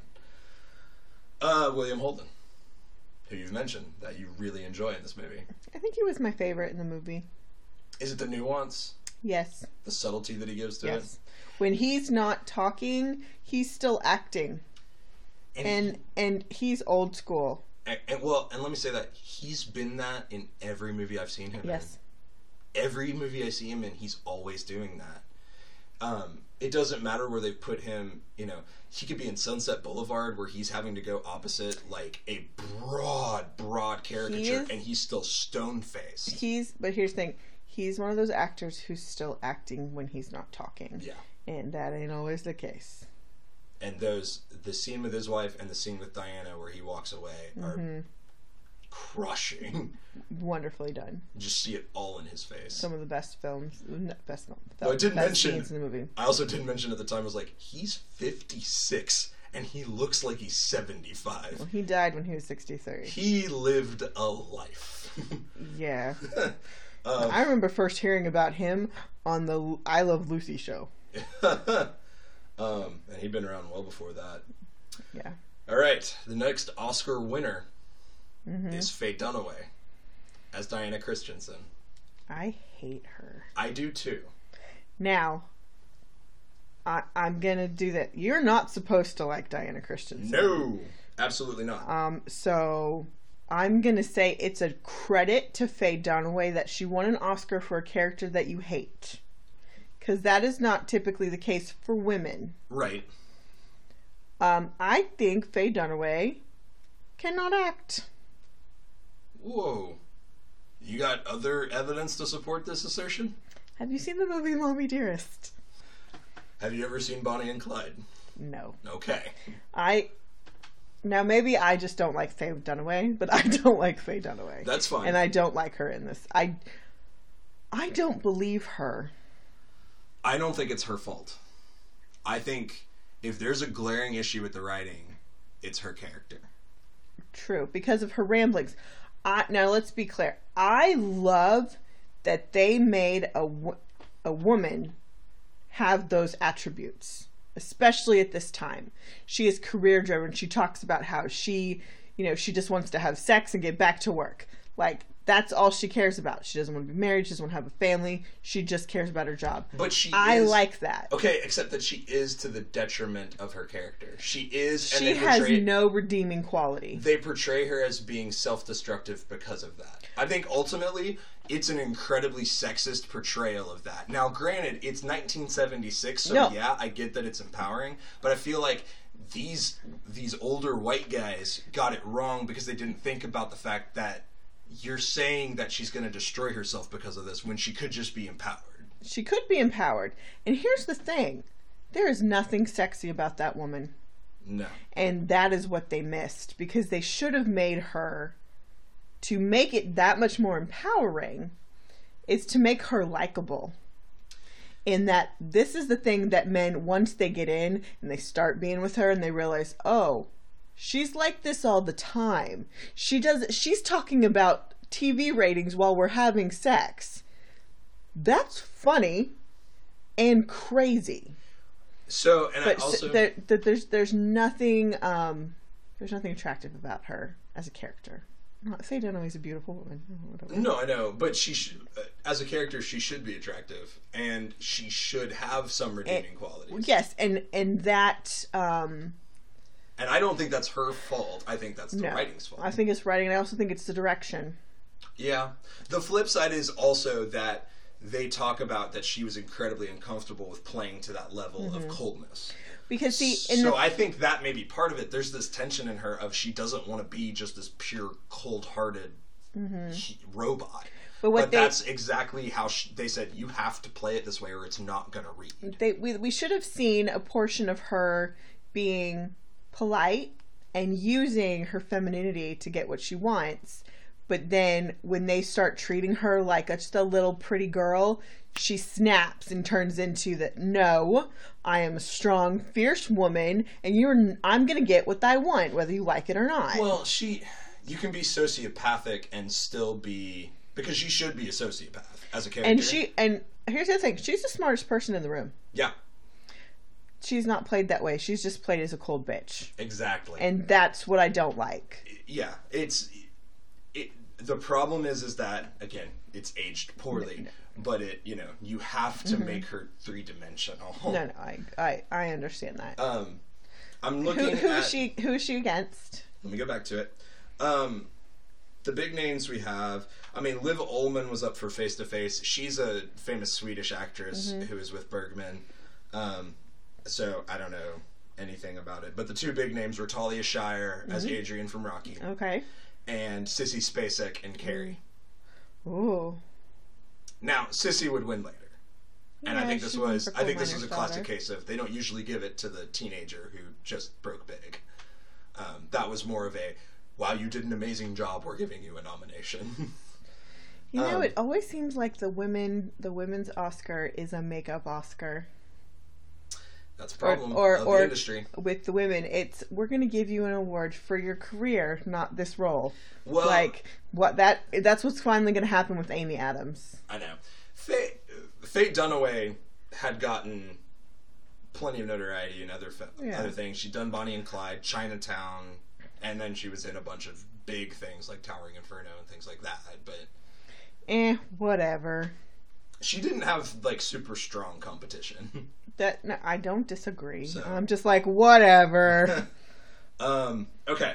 Speaker 3: that. Uh, William Holden, who you've mentioned that you really enjoy in this movie,
Speaker 2: I think he was my favorite in the movie.
Speaker 3: is it the nuance,
Speaker 2: Yes,
Speaker 3: the subtlety that he gives to
Speaker 2: yes. When he's not talking, he's still acting,
Speaker 3: it?
Speaker 2: and and he's old school.
Speaker 3: and, and well, and let me say that he's been that in every movie I've seen him. in.
Speaker 2: Yes,
Speaker 3: every movie I see him in, he's always doing that. Um, it doesn't matter where they put him. You know, he could be in Sunset Boulevard where he's having to go opposite like a broad, broad caricature,
Speaker 2: is-
Speaker 3: and he's still stone faced.
Speaker 2: he's. But here's the thing: he's one of those actors who's still acting when he's not talking,
Speaker 3: Yeah,
Speaker 2: and that ain't always the case.
Speaker 3: and those the scene with his wife and the scene with Diana where he walks away are crushing.
Speaker 2: wonderfully done.
Speaker 3: Just see it all in his face.
Speaker 2: Some of the best films, n- best film,
Speaker 3: I didn't
Speaker 2: best
Speaker 3: mention-
Speaker 2: scenes in the movie.
Speaker 3: I also did mention at the time I was like, he's fifty six and he looks like he's seventy five.
Speaker 2: He died when he was sixty-three.
Speaker 3: he lived a life.
Speaker 2: Yeah,
Speaker 3: Um,
Speaker 2: I remember first hearing about him on the L- I Love Lucy show.
Speaker 3: um, and he'd been around well before that.
Speaker 2: Yeah,
Speaker 3: All right, the next Oscar winner
Speaker 2: Mm-hmm.
Speaker 3: is Faye Dunaway as Diana Christensen.
Speaker 2: I hate her.
Speaker 3: I do too.
Speaker 2: Now, I, I'm gonna do that. You're not supposed to like Diana Christensen.
Speaker 3: No, absolutely not.
Speaker 2: Um, so I'm gonna say it's a credit to Faye Dunaway that she won an Oscar for a character that you hate, because that is not typically the case for women.
Speaker 3: Right.
Speaker 2: Um, I think Faye Dunaway cannot act.
Speaker 3: Whoa. You got other evidence to support this assertion?
Speaker 2: Have you seen the movie Mommy Dearest?
Speaker 3: Have you ever seen Bonnie and Clyde?
Speaker 2: No.
Speaker 3: Okay.
Speaker 2: I now maybe I just don't like Faye Dunaway, but I don't like Faye Dunaway,
Speaker 3: That's fine.
Speaker 2: and I don't like her in this. I I don't believe her.
Speaker 3: I don't think it's her fault. I think if there's a glaring issue with the writing, it's her character.
Speaker 2: True, because of her ramblings. I, now let's be clear. I love that they made a wo- a woman have those attributes, especially at this time. She is career driven. She talks about how she, you know, she just wants to have sex and get back to work. Like that's all she cares about. She doesn't want to be married. She doesn't want to have a family. She just cares about her job.
Speaker 3: But she
Speaker 2: I
Speaker 3: is-
Speaker 2: like that.
Speaker 3: Okay, except that she is to the detriment of her character. She is, and
Speaker 2: She
Speaker 3: they
Speaker 2: has
Speaker 3: portray
Speaker 2: no redeeming quality.
Speaker 3: they portray her as being self-destructive because of that. I think ultimately it's an incredibly sexist portrayal of that. Now, granted, it's 1976, so
Speaker 2: No.
Speaker 3: yeah, I get that it's empowering, but I feel like these these older white guys got it wrong because they didn't think about the fact that you're saying that she's going to destroy herself because of this when she could just be empowered.
Speaker 2: She could be empowered. And here's the thing there is nothing sexy about that woman.
Speaker 3: No.
Speaker 2: And that is what they missed because they should have made her to make it that much more empowering. is to make her likable. In that this is the thing that men once they get in and they start being with her and they realize, "Oh, she's like this all the time. She does she's talking about TV ratings while we're having sex." That's funny and crazy.
Speaker 3: So, and
Speaker 2: But
Speaker 3: I
Speaker 2: s-
Speaker 3: also
Speaker 2: there, there, there's there's nothing um there's nothing attractive about her as a character. I'm not saying I know he's a beautiful woman. Whatever.
Speaker 3: no, I know, but she sh- uh, as a character she should be attractive, and she should have
Speaker 2: Eh,
Speaker 3: some redeeming qualities.
Speaker 2: Yes, and and that um
Speaker 3: And I don't think that's her fault. I think that's the
Speaker 2: no,
Speaker 3: writing's fault.
Speaker 2: I think it's writing, and I also think it's the direction.
Speaker 3: Yeah. The flip side is also that they talk about that she was incredibly uncomfortable with playing to that level of coldness.
Speaker 2: Because see, Mm-hmm. in
Speaker 3: so
Speaker 2: the,
Speaker 3: I think that may be part of it. There's this tension in her of she doesn't want to be just this pure, cold-hearted he- robot.
Speaker 2: Mm-hmm. But what
Speaker 3: but
Speaker 2: they-
Speaker 3: that's exactly how she, they said you have to play it this way or it's not going to read.
Speaker 2: they we we should have seen a portion of her being polite and using her femininity to get what she wants. But then when they start treating her like a, just a little pretty girl, she snaps and turns into that. No, I am a strong, fierce woman, and you're. n- I'm gonna get what I want, whether you like it or not.
Speaker 3: Well, she, you can be sociopathic and still be because she should be a sociopath as a character.
Speaker 2: and she. And here's the thing: she's the smartest person in the room.
Speaker 3: yeah,
Speaker 2: She's not played that way. She's just played as a cold bitch,
Speaker 3: exactly.
Speaker 2: and that's what I don't like.
Speaker 3: yeah, it's it. The problem is, is that again, it's aged poorly, but it, you know, you have to make her three dimensional.
Speaker 2: Mm-hmm. No, no, I, I, I understand that.
Speaker 3: Um, I'm
Speaker 2: who,
Speaker 3: looking
Speaker 2: who
Speaker 3: at.
Speaker 2: is she? Who is she against?
Speaker 3: Let me go back to it. Um, the big names we have. I mean, Liv Ullman was up for Face to Face. She's a famous Swedish actress who is with Bergman. Um, so I don't know anything about it, but the two big names were Talia Shire as Adrian from Rocky
Speaker 2: Okay.
Speaker 3: and Sissy Spacek and Carrie.
Speaker 2: Ooh.
Speaker 3: Now, Sissy would win later. And I
Speaker 2: Yeah,
Speaker 3: think this
Speaker 2: she won
Speaker 3: was
Speaker 2: for
Speaker 3: I think
Speaker 2: Coal
Speaker 3: this was a
Speaker 2: Miner's
Speaker 3: classic
Speaker 2: Daughter.
Speaker 3: case of they don't usually give it to the teenager who just broke big. Um, that was more of a wow, you did an amazing job. We're giving you a nomination.
Speaker 2: You know,
Speaker 3: Um,
Speaker 2: it always seems like the women, the women's Oscar is a makeup Oscar.
Speaker 3: That's a problem
Speaker 2: or-
Speaker 3: of
Speaker 2: or-
Speaker 3: the industry.
Speaker 2: With the women, it's we're going to give you an award for your career, not this role.
Speaker 3: Well,
Speaker 2: like what that that's what's finally going to happen with Amy Adams.
Speaker 3: I know. Faye, Faye Dunaway had gotten plenty of notoriety in other fi-
Speaker 2: Yeah.
Speaker 3: other things. She'd done Bonnie and Clyde, Chinatown, and then she was in a bunch of big things like Towering Inferno and things like that. But
Speaker 2: Eh, whatever.
Speaker 3: she didn't have like super strong competition.
Speaker 2: That no, I don't disagree.
Speaker 3: So-
Speaker 2: I'm just like whatever.
Speaker 3: um, okay.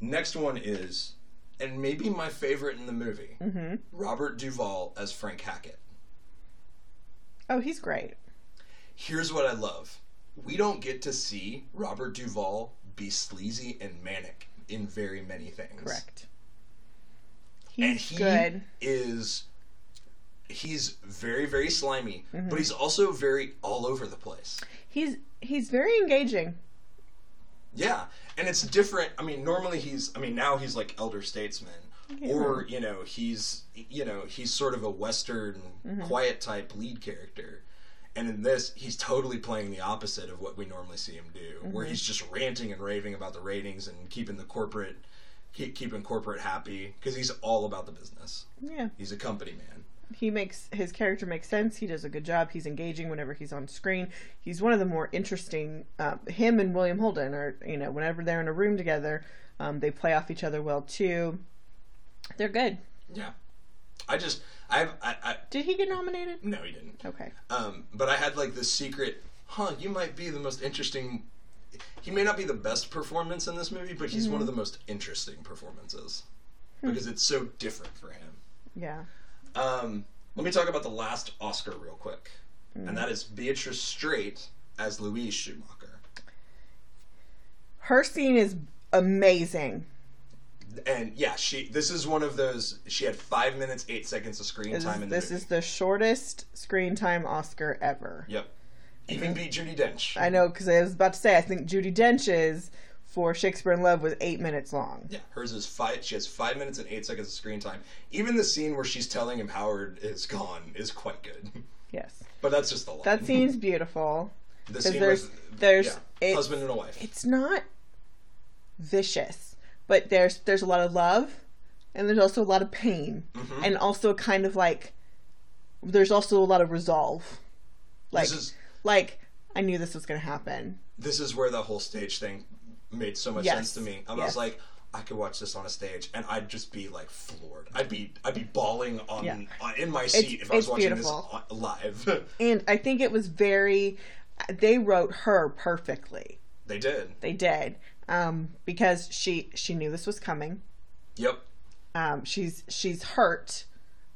Speaker 3: Next one is, and maybe my favorite in the movie,
Speaker 2: Mm-hmm.
Speaker 3: Robert Duvall as Frank Hackett.
Speaker 2: oh, he's great.
Speaker 3: Here's what I love: we don't get to see Robert Duvall be sleazy and manic in very many things.
Speaker 2: Correct.
Speaker 3: and
Speaker 2: He's
Speaker 3: he
Speaker 2: good.
Speaker 3: is he's very very slimy,
Speaker 2: Mm-hmm.
Speaker 3: but he's also very all over the place.
Speaker 2: He's he's very engaging.
Speaker 3: Yeah, and it's different. I mean, normally he's. I mean, now he's like elder statesman, or you know, he's you know he's sort of a western quiet type lead character, and in this he's totally playing the opposite of what we normally see him do, where he's just ranting and raving about the ratings and keeping the corporate keep, keeping corporate happy because he's all about the business.
Speaker 2: Yeah.
Speaker 3: He's a company man.
Speaker 2: He makes his character make sense. He does a good job. He's engaging whenever he's on screen. He's one of the more interesting. Uh, him and William Holden are, you know, whenever they're in a room together, um, they play off each other well too. They're good.
Speaker 3: Yeah, I just I've I, I
Speaker 2: Did he get nominated?
Speaker 3: no he didn't.
Speaker 2: Okay.
Speaker 3: Um, but I had like this secret, huh? You might be the most interesting. He may not be the best performance in this movie, but he's one
Speaker 2: Mm-hmm.
Speaker 3: of the most interesting performances
Speaker 2: Hmm.
Speaker 3: because it's so different for him.
Speaker 2: Yeah.
Speaker 3: Um, let me talk about the last Oscar real quick,
Speaker 2: Hmm.
Speaker 3: and that is Beatrice Straight as Louise Schumacher,
Speaker 2: Her scene is amazing.
Speaker 3: and yeah, she. This is one of those. She had five minutes, eight seconds of screen
Speaker 2: This,
Speaker 3: time
Speaker 2: is,
Speaker 3: in the
Speaker 2: this
Speaker 3: movie.
Speaker 2: is the shortest screen time Oscar ever.
Speaker 3: Yep, even beat Judy Dench.
Speaker 2: I know because I was about to say I think Judy Dench is for Shakespeare in Love was eight minutes long.
Speaker 3: Yeah, hers is five. She has five minutes and eight seconds of screen time. Even the scene where she's telling him Howard is gone is quite good.
Speaker 2: Yes,
Speaker 3: But that's just the line.
Speaker 2: that scene's beautiful.
Speaker 3: the
Speaker 2: 'cause
Speaker 3: scene
Speaker 2: there's-
Speaker 3: with
Speaker 2: there's-
Speaker 3: yeah,
Speaker 2: it-
Speaker 3: husband and a wife.
Speaker 2: It's not vicious, but there's there's a lot of love, and there's also a lot of pain,
Speaker 3: Mm-hmm.
Speaker 2: and also a kind of like there's also a lot of resolve. Like
Speaker 3: this is
Speaker 2: like I knew this was gonna happen.
Speaker 3: this is where the whole stage thing made so much
Speaker 2: Yes.
Speaker 3: sense to me. I was
Speaker 2: Yes.
Speaker 3: like, I could watch this on a stage, and I'd just be like floored. I'd be I'd be bawling on,
Speaker 2: Yeah.
Speaker 3: on in my seat if I was
Speaker 2: it's
Speaker 3: watching
Speaker 2: beautiful.
Speaker 3: this on, live.
Speaker 2: And I think it was very they wrote her perfectly.
Speaker 3: they did.
Speaker 2: They did. Um, because she she knew this was coming.
Speaker 3: Yep.
Speaker 2: um, she's she's hurt,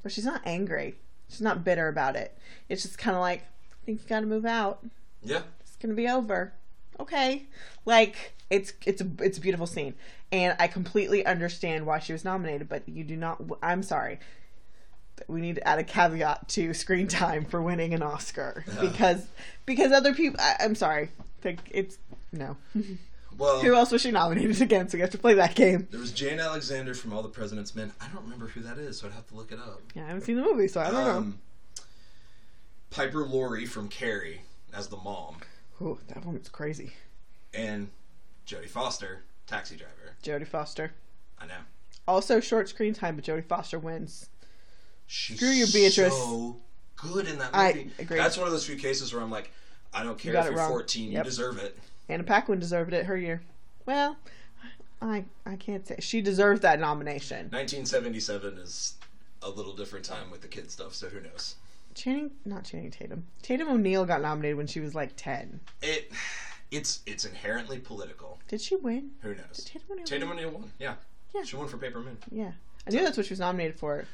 Speaker 2: but she's not angry. She's not bitter about it. It's just kind of like, I think you got to move out.
Speaker 3: Yeah.
Speaker 2: It's gonna be over. Okay, like it's it's a it's a beautiful scene, and I completely understand why she was nominated. But you do not. I'm sorry. We need to add a caveat to screen time for winning an Oscar because because other people. I, I'm sorry. Think it's no.
Speaker 3: Well,
Speaker 2: Who else was she nominated against? We have to play that game.
Speaker 3: there was Jane Alexander from All the President's Men. I don't remember who that is, so I'd have to look it up.
Speaker 2: Yeah, I haven't seen the movie, so I don't know.
Speaker 3: Um, Piper Laurie from Carrie as the mom,
Speaker 2: Oh, that woman's crazy.
Speaker 3: and Jodie Foster, Taxi Driver.
Speaker 2: Jodie Foster.
Speaker 3: I know.
Speaker 2: Also short screen time, but Jodie Foster wins.
Speaker 3: She's
Speaker 2: Screw you, Beatrice.
Speaker 3: so good in that
Speaker 2: I
Speaker 3: movie.
Speaker 2: agree.
Speaker 3: That's one of those few cases where I'm like, I don't care
Speaker 2: got
Speaker 3: if
Speaker 2: it
Speaker 3: you're
Speaker 2: wrong.
Speaker 3: 14,
Speaker 2: Yep.
Speaker 3: you deserve it.
Speaker 2: Anna Paquin deserved it her year. Well, I I can't say she deserved that nomination.
Speaker 3: 1977 is a little different time with the kid stuff, so who knows?
Speaker 2: Channing, not Channing Tatum. Tatum O'Neill got nominated when she was like ten.
Speaker 3: It, it's it's inherently political.
Speaker 2: Did she win?
Speaker 3: Who knows?
Speaker 2: Tatum O'Neill.
Speaker 3: Tatum O'Neill won. Yeah.
Speaker 2: Yeah.
Speaker 3: She won for Paper Moon.
Speaker 2: Yeah, I knew that's what she was nominated for.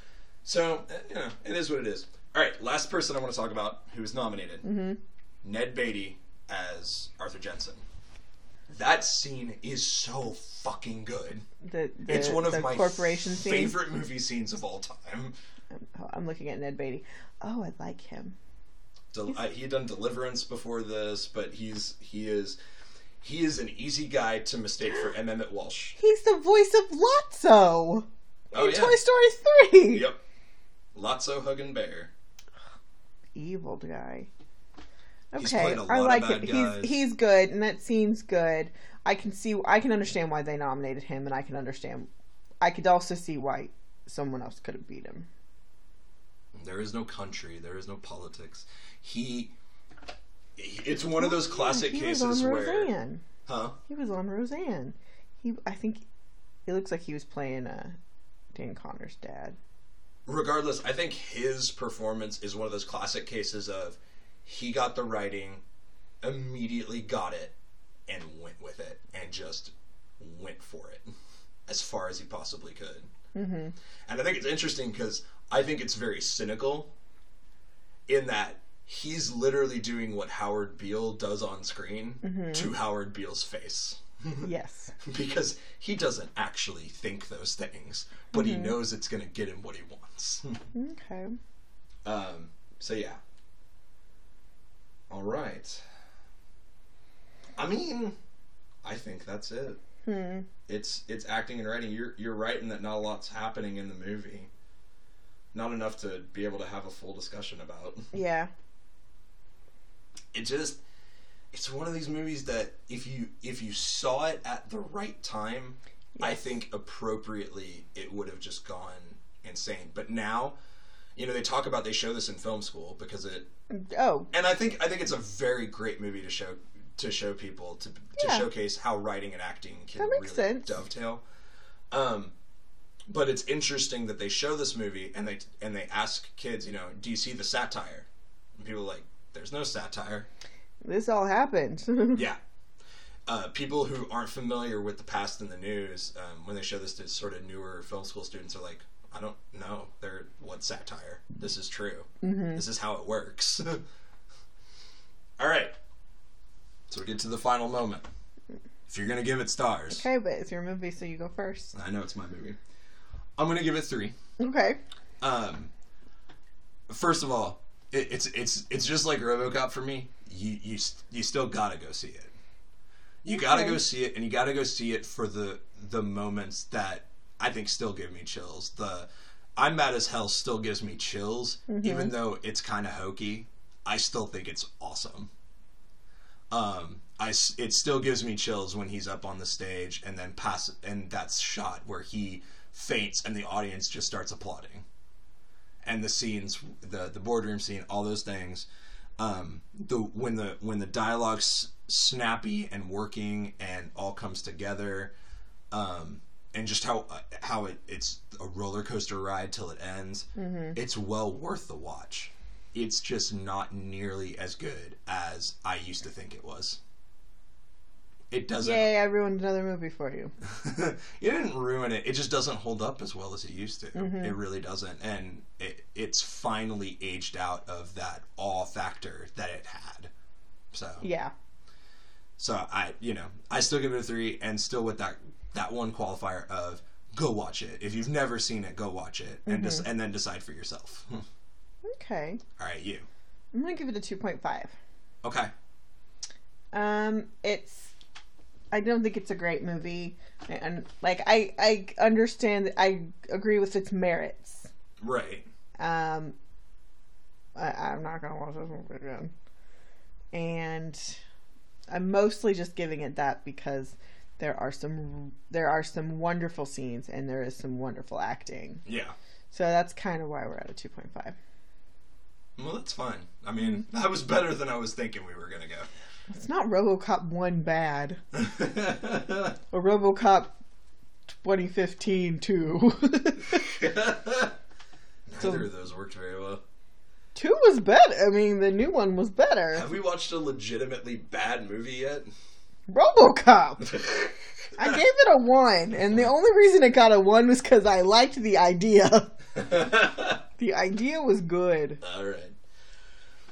Speaker 3: So uh, you know, it is what it is. All right, last person I want to talk about who was nominated, mm-hmm. Ned Beatty as Arthur Jensen. That scene is so fucking good.
Speaker 2: The, the
Speaker 3: It's one of
Speaker 2: the
Speaker 3: my
Speaker 2: corporation scenes.
Speaker 3: favorite movie scenes of all time.
Speaker 2: Oh, I'm looking at Ned Beatty. Oh, I like him.
Speaker 3: Del- uh, he had done Deliverance before this, but he's he is he is an easy guy to mistake for M. Emmett Walsh.
Speaker 2: He's the voice of Lotso
Speaker 3: Oh
Speaker 2: in
Speaker 3: yeah,
Speaker 2: Toy Story Three.
Speaker 3: yep. Lotso Huggin Bear.
Speaker 2: evil guy.
Speaker 3: He's
Speaker 2: Okay,
Speaker 3: played a
Speaker 2: I
Speaker 3: lot
Speaker 2: like
Speaker 3: of
Speaker 2: him.
Speaker 3: bad guys.
Speaker 2: He's he's good, and that scene's good. I can see, I can understand why they nominated him, and I can understand, I could also see why someone else could have beat him.
Speaker 3: There is no country. There is no politics. He. It's one of those classic
Speaker 2: he was
Speaker 3: cases
Speaker 2: on
Speaker 3: where,
Speaker 2: Roseanne.
Speaker 3: huh?
Speaker 2: He was on Roseanne. He, I think, it looks like he was playing uh, Dan Connor's dad.
Speaker 3: Regardless, I think his performance is one of those classic cases of he got the writing, immediately got it, and went with it, and just went for it as far as he possibly could. Mm-hmm. And I think it's interesting because I think it's very cynical in that he's literally doing what Howard Beale does on screen to Howard Beale's face
Speaker 2: yes,
Speaker 3: because he doesn't actually think those things, but he knows it's going to get him what he wants.
Speaker 2: okay.
Speaker 3: um, so yeah. All right. I mean, I think that's it.
Speaker 2: Hmm.
Speaker 3: It's it's acting and writing. You're you're right in that not a lot's happening in the movie. Not enough to be able to have a full discussion about.
Speaker 2: Yeah.
Speaker 3: It just it's one of these movies that if you if you saw it at the right time, I
Speaker 2: Yes.
Speaker 3: think appropriately it would have just gone insane. But now, you know, they talk about they show this in film school because it,
Speaker 2: Oh,
Speaker 3: and I think I think it's a very great movie to show to show people to to
Speaker 2: Yeah.
Speaker 3: showcase how writing and acting can
Speaker 2: That
Speaker 3: really
Speaker 2: makes sense.
Speaker 3: dovetail. Um, but it's interesting that they show this movie and they and they ask kids, you know, do you see the satire? And people are like, there's no satire.
Speaker 2: this all happened.
Speaker 3: Yeah. Uh, people who aren't familiar with the past in the news, um, when they show this to sort of newer film school students, are like, I don't know. They're what's satire? This is true. This is how it works. All right. So we get to the final moment. If you're gonna give it stars,
Speaker 2: okay, but it's your movie, so you go first.
Speaker 3: I know it's my movie. I'm gonna give it three.
Speaker 2: Okay.
Speaker 3: Um, first of all, it, it's it's it's just like RoboCop for me. You you st- you still gotta go see it. You gotta
Speaker 2: Okay.
Speaker 3: go see it, and you gotta go see it for the the moments that I think still give me chills. The I'm mad as hell still gives me chills, even though it's kind of hokey. I still think it's awesome. Um, I s- it still gives me chills when he's up on the stage and then pass and that shot where he faints and the audience just starts applauding, and the scenes, the the boardroom scene, all those things um, the when the when the dialogue's snappy and working and all comes together, um, and just how uh, how it, it's a roller coaster ride till it ends. It's well worth the watch. It's just not nearly as good as I used to think it was. It doesn't.
Speaker 2: Yay, I ruined another movie for you.
Speaker 3: it didn't ruin it. It just doesn't hold up as well as it used to. It really doesn't, and it it's finally aged out of that awe factor that it had. So
Speaker 2: Yeah.
Speaker 3: so I you know I still give it a three, and still with that that one qualifier of go watch it if you've never seen it, go watch it, and just and then decide for yourself. Hmm.
Speaker 2: Okay.
Speaker 3: All right, you
Speaker 2: I'm going to give it a 2.5.
Speaker 3: okay?
Speaker 2: Um, it's. I don't think it's a great movie, and like I, I understand. I agree with its merits.
Speaker 3: Right.
Speaker 2: Um, I, I'm not gonna watch this movie again, and I'm mostly just giving it that because there are some there are some wonderful scenes and there is some wonderful acting.
Speaker 3: Yeah.
Speaker 2: So that's kind of why we're at a 2.5.
Speaker 3: Well, that's fine. I mean, that was better than I was thinking we were gonna
Speaker 2: It's not RoboCop one bad
Speaker 3: go.
Speaker 2: or RoboCop 2015 two.
Speaker 3: Neither of those worked very well.
Speaker 2: Two was better. I mean, the new one was better.
Speaker 3: Have we watched a legitimately bad movie yet?
Speaker 2: RoboCop. I gave it a one, and the only reason it got a one was because I liked the idea. The idea was good.
Speaker 3: All right.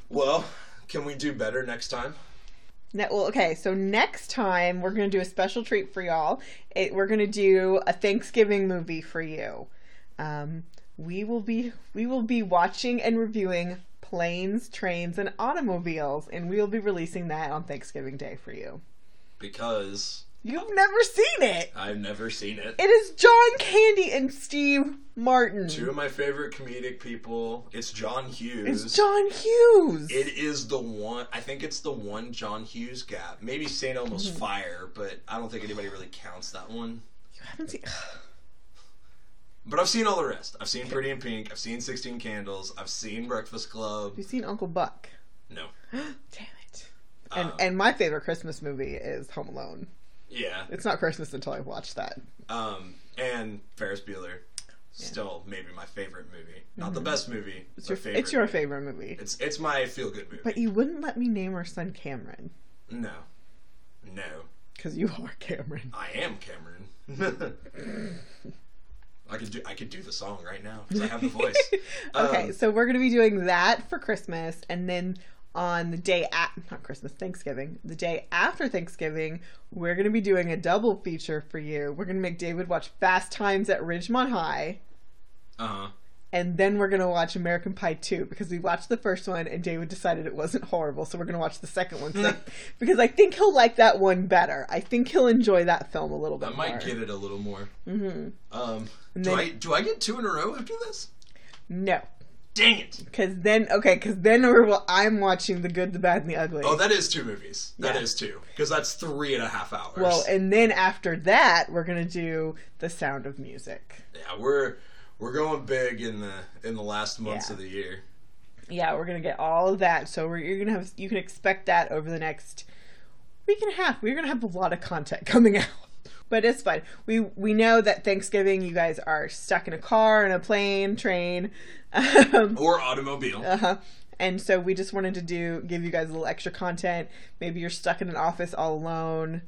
Speaker 3: Well, can we do better next time?
Speaker 2: Ne- well, okay, so next time we're gonna do a special treat for y'all. It, we're gonna do a Thanksgiving movie for you. Um, we will be we will be watching and reviewing planes, trains, and automobiles, and we will be releasing that on Thanksgiving Day for you.
Speaker 3: Because
Speaker 2: You've never seen it.
Speaker 3: I've never seen it.
Speaker 2: It is John Candy and Steve Martin.
Speaker 3: Two of my favorite comedic people. It's John Hughes.
Speaker 2: It's John Hughes.
Speaker 3: It is the one. I think it's the one John Hughes gap. Maybe St. Elmo's
Speaker 2: Mm-hmm.
Speaker 3: Fire, but I don't think anybody really counts that one.
Speaker 2: I haven't seen-
Speaker 3: But I've seen all the rest. I've seen Pretty in Pink. I've seen Sixteen Candles. I've seen Breakfast Club.
Speaker 2: Have you seen Uncle Buck?
Speaker 3: No.
Speaker 2: Damn it. And
Speaker 3: Um,
Speaker 2: and my favorite Christmas movie is Home Alone.
Speaker 3: Yeah.
Speaker 2: It's not Christmas until I watch that.
Speaker 3: Um, and Ferris Bueller, still maybe my favorite movie. Not the best movie.
Speaker 2: Mm-hmm. It's
Speaker 3: It's
Speaker 2: your,
Speaker 3: favorite.
Speaker 2: it's your favorite movie.
Speaker 3: It's it's my feel good movie.
Speaker 2: But you wouldn't let me name our son Cameron
Speaker 3: No, no,
Speaker 2: because you are Cameron.
Speaker 3: I am Cameron. I could do I could do the song right now because I have the voice.
Speaker 2: Okay, so we're gonna be doing that for Christmas, and then on the day at not Christmas, Thanksgiving, the day after Thanksgiving, we're gonna be doing a double feature for you. We're gonna make David watch Fast Times at Ridgemont High.
Speaker 3: Uh huh.
Speaker 2: and then we're gonna watch American Pie 2 because we watched the first one and David decided it wasn't horrible, so we're gonna watch the second one 'cause
Speaker 3: Mm.
Speaker 2: I- because I think he'll like that one better. I think he'll enjoy that film a little bit
Speaker 3: I might
Speaker 2: more.
Speaker 3: get it a little more. Mm-hmm. Um, do
Speaker 2: then-
Speaker 3: I do I get two in a row after this?
Speaker 2: No,
Speaker 3: Dang it!
Speaker 2: because then okay, because then we're well, I'm watching the Good, the Bad, and the Ugly.
Speaker 3: Oh, that is two movies. That
Speaker 2: Yeah.
Speaker 3: is two because that's three and a half hours.
Speaker 2: well, and then after that, we're gonna do The Sound of Music.
Speaker 3: yeah, we're we're going big in the in the last months
Speaker 2: Yeah.
Speaker 3: of the year.
Speaker 2: Yeah, we're gonna get all of that. So we're, you're gonna have you can expect that over the next week and a half. We're gonna have a lot of content coming out, but it's fun. We we know that Thanksgiving, you guys are stuck in a car, in a plane, train, um,
Speaker 3: or automobile.
Speaker 2: uh-huh. and so we just wanted to do give you guys a little extra content. Maybe you're stuck in an office all alone.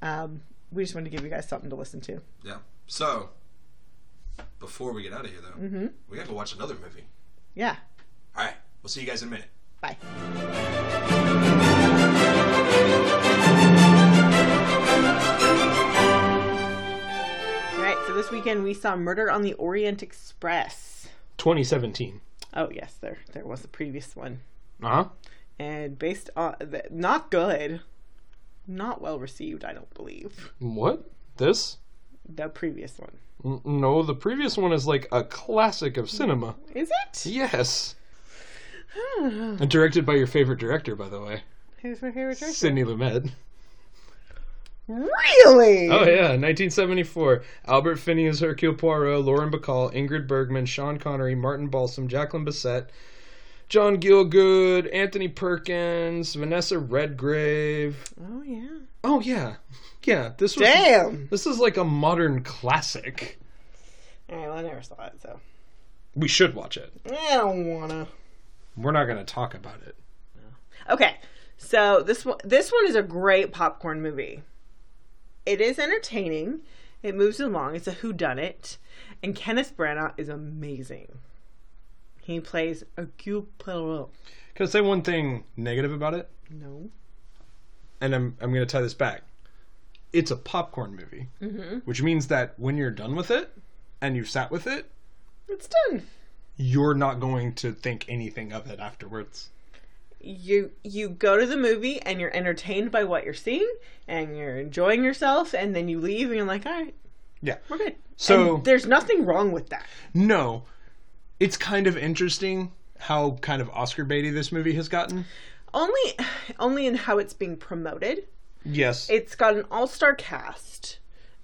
Speaker 2: Um, we just wanted to give you guys something to listen to.
Speaker 3: yeah. So, before we get out of here, though, we got to watch another movie.
Speaker 2: Yeah,
Speaker 3: All right. We'll see you guys in a minute.
Speaker 2: bye. All right, so this weekend we saw Murder on the Orient Express.
Speaker 4: 2017.
Speaker 2: Oh yes, there there
Speaker 4: Uh-huh.
Speaker 2: was a previous one,
Speaker 4: Uh huh.
Speaker 2: and based on th- not good, not well received, I don't believe.
Speaker 4: What? This?
Speaker 2: The previous one.
Speaker 4: N- no, the previous one is like a classic of cinema.
Speaker 2: Is it?
Speaker 4: Yes. and directed by your favorite director, by the way,
Speaker 2: Who's my favorite director?
Speaker 4: Sidney Lumet.
Speaker 2: Really?
Speaker 4: Oh yeah, 1974. Albert Finney, Hercule Poirot, Lauren Bacall, Ingrid Bergman, Sean Connery, Martin Balsam, Jacqueline Bisset, John Gielgud, Anthony Perkins, Vanessa Redgrave.
Speaker 2: Oh, yeah.
Speaker 4: Oh yeah, yeah. This was
Speaker 2: Damn.
Speaker 4: this is like a modern classic.
Speaker 2: All right, well, I never saw it, so
Speaker 4: We should watch it.
Speaker 2: I don't wanna.
Speaker 4: We're not gonna talk about it.
Speaker 2: Okay, so this one, this one is a great popcorn movie. It is entertaining. It moves along. It's a whodunit, and Kenneth Branagh is amazing. He plays Hercule Poirot.
Speaker 4: Can I say one thing negative about it?
Speaker 2: No.
Speaker 4: and I'm I'm gonna tie this back. It's a popcorn movie, which means that when you're done with it and you've sat with it,
Speaker 2: It's done.
Speaker 4: you're not going to think anything of it afterwards.
Speaker 2: You you go to the movie and you're entertained by what you're seeing and you're enjoying yourself and then you leave and you're like, all right,
Speaker 4: Yeah.
Speaker 2: we're good.
Speaker 4: So
Speaker 2: And there's nothing wrong with that.
Speaker 4: no, it's kind of interesting how kind of Oscar baity this movie has gotten.
Speaker 2: Only only in how it's being promoted.
Speaker 4: Yes.
Speaker 2: It's got an all-star cast.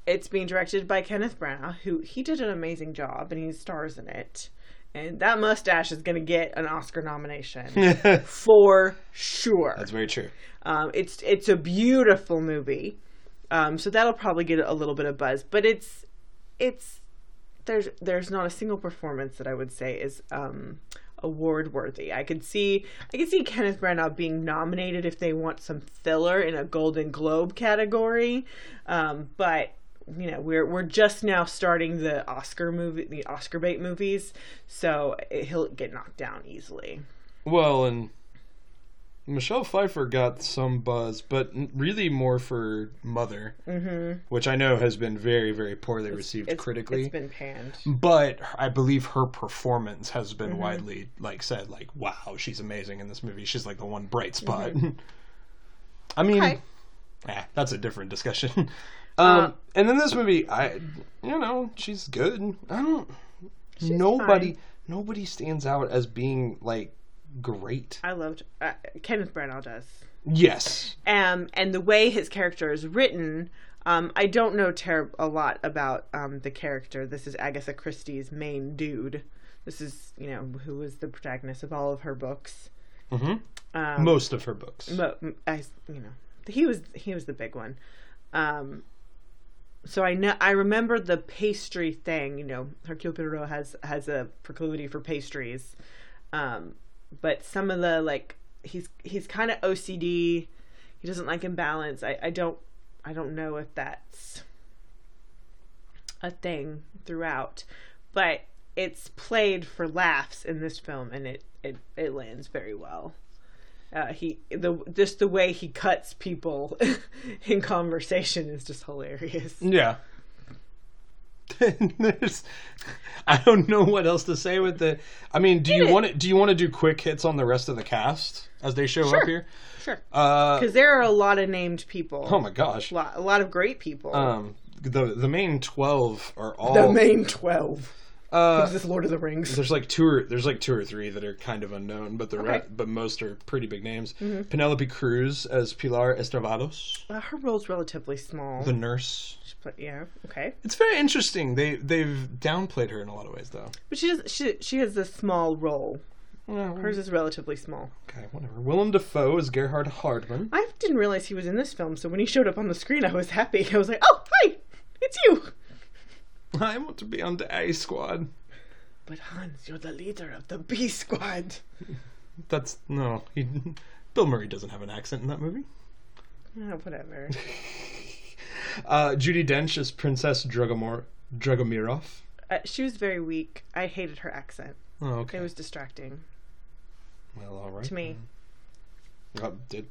Speaker 2: It's being directed by Kenneth Branagh, who he did an amazing job, and he stars in it. And that mustache is going to get an Oscar nomination
Speaker 4: That's
Speaker 2: for sure.
Speaker 4: very true.
Speaker 2: Um, it's it's a beautiful movie, um, so that'll probably get a little bit of buzz. But it's it's there's there's not a single performance that I would say is um, award worthy. I could see I could see Kenneth Branagh being nominated if they want some filler in a Golden Globe category, um, but you know we're we're just now starting the Oscar movie the Oscar bait movies, so it, he'll get knocked down easily.
Speaker 4: Well, and Michelle Pfeiffer got some buzz, but n- really more for Mother, mm-hmm. which I know has been very, very poorly received
Speaker 2: It's-
Speaker 4: critically.
Speaker 2: it's been panned.
Speaker 4: but I believe her performance has been
Speaker 2: Mm-hmm.
Speaker 4: widely like said like wow she's amazing in this movie she's like the one bright spot. I mean,
Speaker 2: Mm-hmm. Okay.
Speaker 4: eh, that's a different discussion. Um, and then this movie, I you know she's good. I don't nobody nobody stands out as being like great.
Speaker 2: I loved uh, Kenneth Branagh does.
Speaker 4: Yes,
Speaker 2: Um, and the way his character is written, um, I don't know ter- a lot about um, the character. This is Agatha Christie's main dude. This is you know who was the protagonist of all of her books. Um,
Speaker 4: most of her books.
Speaker 2: But mm, I, s- you know, he was he was the big one. Um, so I know I remember the pastry thing. You know, Hercule Poirot has has a proclivity for pastries, um, but some of the like he's he's kind of OCD. He doesn't like imbalance. I I don't I don't know if that's a thing throughout, but it's played for laughs in this film, and it it, it lands very well uh, he the just the way he cuts people in conversation is just hilarious.
Speaker 4: Yeah. There's, I don't know what else to say with it. I mean, do you
Speaker 2: it.
Speaker 4: want to do you want to do quick hits on the rest of the cast as they show up here?
Speaker 2: Sure,
Speaker 4: Uh,
Speaker 2: because there are a lot of named people,
Speaker 4: oh my gosh.
Speaker 2: lot, a lot of great people.
Speaker 4: Um, the the main twelve are all.
Speaker 2: the main twelve.
Speaker 4: oh. uh,
Speaker 2: Is this Lord of the Rings?
Speaker 4: there's like two or there's like two or three that are kind of unknown, but the re- but most are pretty big names.
Speaker 2: Mm-hmm.
Speaker 4: Penelope Cruz as Pilar Estravados,
Speaker 2: Uh, her role's relatively small.
Speaker 4: the nurse.
Speaker 2: She play- yeah, okay,
Speaker 4: It's very interesting. They they've downplayed her in a lot of ways, though.
Speaker 2: but she does, she she has a small role.
Speaker 4: Yeah,
Speaker 2: Hers is relatively small.
Speaker 4: okay, whatever. Willem Dafoe as Gerhard Hardman.
Speaker 2: I didn't realize he was in this film, so when he showed up on the screen, I was happy. I was like, "Oh, hi, it's you!"
Speaker 4: I want to be on the A squad.
Speaker 2: But Hans, you're the leader of the B squad.
Speaker 4: That's no. He, Bill Murray doesn't have an accent in that movie.
Speaker 2: Oh, whatever.
Speaker 4: Uh, Judy Dench is Princess Dragomor Dragomirov.
Speaker 2: Uh, she was very weak. I hated her accent.
Speaker 4: Oh, okay. Mm-hmm.
Speaker 2: It was distracting
Speaker 4: well, all right.
Speaker 2: to me.
Speaker 4: Uh, did- did-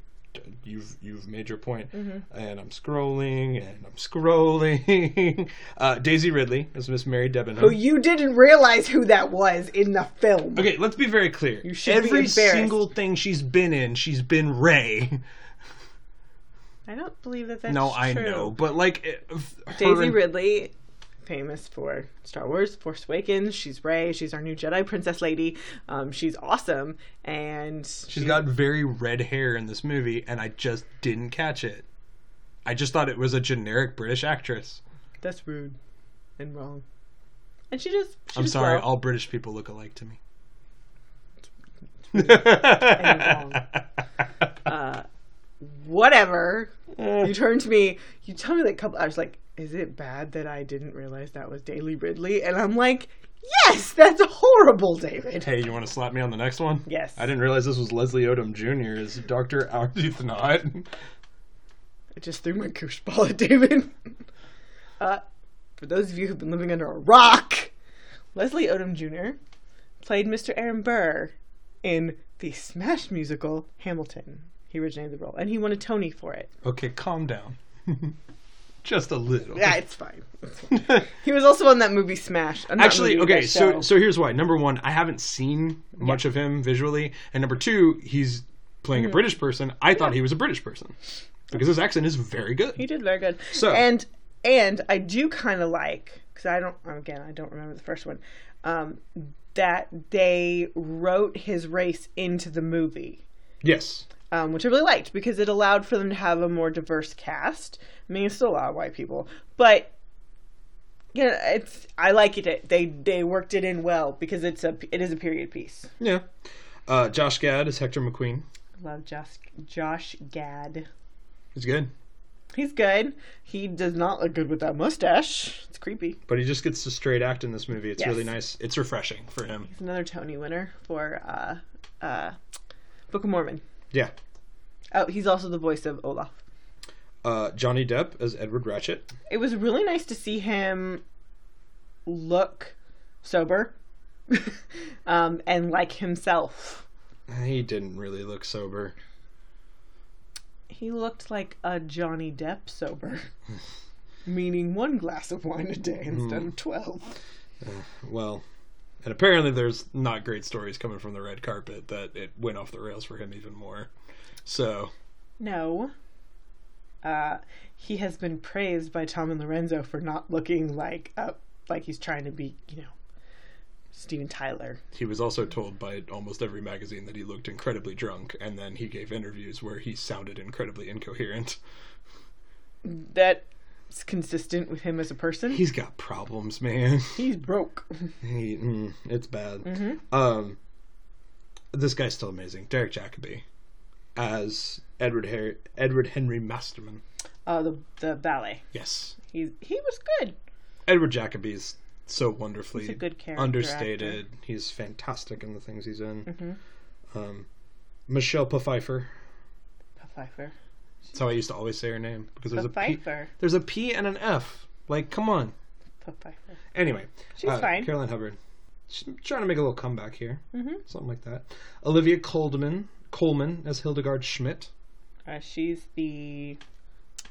Speaker 4: you've you've made your point.
Speaker 2: Mm-hmm.
Speaker 4: And I'm scrolling and I'm scrolling. uh, Daisy Ridley is Miss Mary Debenham.
Speaker 2: But Oh, you didn't realize who that was in the film.
Speaker 4: Okay, let's be very clear.
Speaker 2: You should be
Speaker 4: Every
Speaker 2: embarrassed.
Speaker 4: single thing she's been in, she's been Ray.
Speaker 2: I don't believe that that's
Speaker 4: no,
Speaker 2: true.
Speaker 4: I know, but like it- her
Speaker 2: Daisy
Speaker 4: and-
Speaker 2: Ridley, famous for Star Wars, Force Awakens. She's Rey. She's our new Jedi Princess Lady. Um, she's awesome, and
Speaker 4: She's got very red hair in this movie, and I just didn't catch it. I just thought it was a generic British actress.
Speaker 2: that's rude and wrong. And she just. She
Speaker 4: I'm
Speaker 2: does
Speaker 4: sorry,
Speaker 2: well.
Speaker 4: all British people look alike to me.
Speaker 2: Uh, Whatever.
Speaker 4: Eh.
Speaker 2: You turn to me. You tell me like a couple. I was like, "Is it bad that I didn't realize that was Daily Ridley?" And I'm like, "Yes, that's horrible, David."
Speaker 4: hey, you want to slap me on the next one?
Speaker 2: Yes.
Speaker 4: I didn't realize this was Leslie Odom Jr. as Dr. Aruthnot.
Speaker 2: I just threw my goose ball at David. uh, for those of you who've been living under a rock, Leslie Odom Jr. played Mr. Aaron Burr in the smash musical Hamilton. He originated the role, and he won a Tony for it.
Speaker 4: Okay, calm down. just a little.
Speaker 2: Yeah, it's fine. It's fine. he was also in that movie Smash. uh, not
Speaker 4: Actually,
Speaker 2: movie,
Speaker 4: okay,
Speaker 2: that
Speaker 4: so
Speaker 2: show.
Speaker 4: so here's why. Number one, I haven't seen much of him visually, and number two, he's playing
Speaker 2: Mm-hmm.
Speaker 4: a British person. I thought he was a British person because his accent is very
Speaker 2: he
Speaker 4: good.
Speaker 2: did very good.
Speaker 4: So-
Speaker 2: and and I do kind of like because I don't again I don't remember the first one um, that they wrote his race into the movie.
Speaker 4: Yes,
Speaker 2: um, which I really liked because it allowed for them to have a more diverse cast. I mean, it's still a lot of white people, but you know, it's I like it. They they worked it in well because it's a it is a period piece.
Speaker 4: yeah. Uh, Josh Gad is Hector McQueen.
Speaker 2: Love Josh Josh Gad.
Speaker 4: He's good,
Speaker 2: He's good. He does not look good with that mustache. It's creepy.
Speaker 4: but he just gets to straight act in this movie. It's
Speaker 2: Yes.
Speaker 4: really nice. It's refreshing for him.
Speaker 2: He's another Tony winner for uh, uh, Book of Mormon.
Speaker 4: Yeah.
Speaker 2: Oh, he's also the voice of Olaf.
Speaker 4: Uh, Johnny Depp as Edward Ratchet.
Speaker 2: it was really nice to see him look sober um, and like himself.
Speaker 4: He didn't really look sober.
Speaker 2: He looked like a Johnny Depp sober, meaning one glass of wine a day instead of 12.
Speaker 4: Well, and apparently there's not great stories coming from the red carpet that it went off the rails for him even more. So
Speaker 2: No. Uh, he has been praised by Tom and Lorenzo for not looking like uh, like he's trying to be, you know, Steven Tyler.
Speaker 4: he was also told by almost every magazine that he looked incredibly drunk, and then he gave interviews where he sounded incredibly incoherent.
Speaker 2: That's consistent with him as a person.
Speaker 4: He's got problems, man.
Speaker 2: He's broke.
Speaker 4: He, mm, it's bad.
Speaker 2: Mm-hmm.
Speaker 4: Um, this guy's still amazing, Derek Jacobi, as Edward Her- Edward Henry Masterman.
Speaker 2: Uh, the the ballet.
Speaker 4: Yes,
Speaker 2: He's he was good.
Speaker 4: Edward Jacobi's so wonderfully
Speaker 2: He's a good character
Speaker 4: understated. He's fantastic in the things he's in.
Speaker 2: Mm-hmm.
Speaker 4: Um, Michelle Pfeiffer.
Speaker 2: Pfeiffer.
Speaker 4: That's how I used to always say her name because there's a P,
Speaker 2: Pfeiffer.
Speaker 4: there's a P and an F. Like, come on.
Speaker 2: Pfeiffer.
Speaker 4: Anyway, uh,
Speaker 2: She's fine.
Speaker 4: Caroline Hubbard. She's trying to make a little comeback here, mm-hmm. something like that. Olivia Coleman, Coleman as Hildegard Schmidt,
Speaker 2: Uh, she's the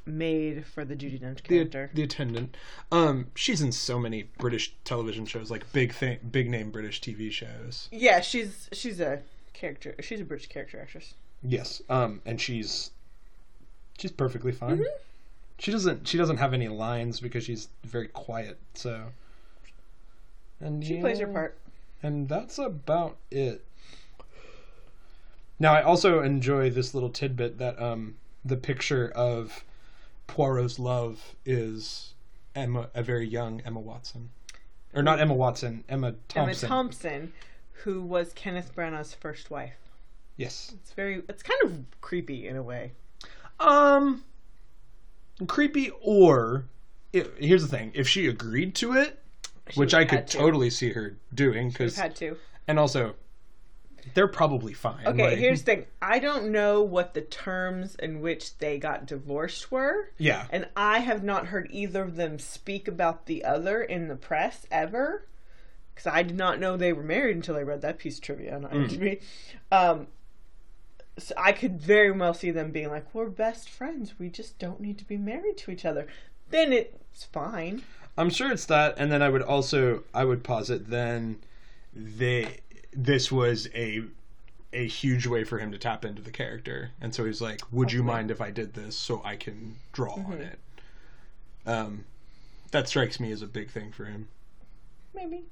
Speaker 2: maid for the Judy Dench
Speaker 4: the,
Speaker 2: character.
Speaker 4: the attendant. Um, she's in so many British television shows, like big thing, big name British TV shows.
Speaker 2: yeah, she's she's a character. She's a British character actress.
Speaker 4: Yes, um, and she's she's perfectly fine.
Speaker 2: Mm-hmm.
Speaker 4: She doesn't she doesn't have any lines because she's very quiet. So, and
Speaker 2: She plays her part.
Speaker 4: and that's about it. Now, I also enjoy this little tidbit that um, the picture of Poirot's love is Emma, a very young Emma Watson, or not Emma Watson, Emma
Speaker 2: Emma
Speaker 4: Thompson.
Speaker 2: Thompson, who was Kenneth Branagh's first wife.
Speaker 4: yes.
Speaker 2: It's very. It's kind of creepy in a way.
Speaker 4: Um, creepy or i here's the thing: if she agreed to it, which I could
Speaker 2: had to.
Speaker 4: totally see her doing, because
Speaker 2: I've had to.
Speaker 4: and also they're probably fine.
Speaker 2: Okay,
Speaker 4: like-
Speaker 2: here's the thing. I don't know what the terms in which they got divorced were.
Speaker 4: yeah,
Speaker 2: And I have not heard either of them speak about the other in the press ever. Because I did not know they were married until I read that piece of trivia on IMDb. Um, so I could very well see them being like, we're best friends. We just don't need to be married to each other. Then it's fine.
Speaker 4: I'm sure it's that. And then I would also I would posit then they this was a a huge way for him to tap into the character. And so he's like, "Would you mind if I did this so I can draw
Speaker 2: Mm-hmm.
Speaker 4: on it?" Um, that strikes me as a big thing for him.
Speaker 2: Maybe.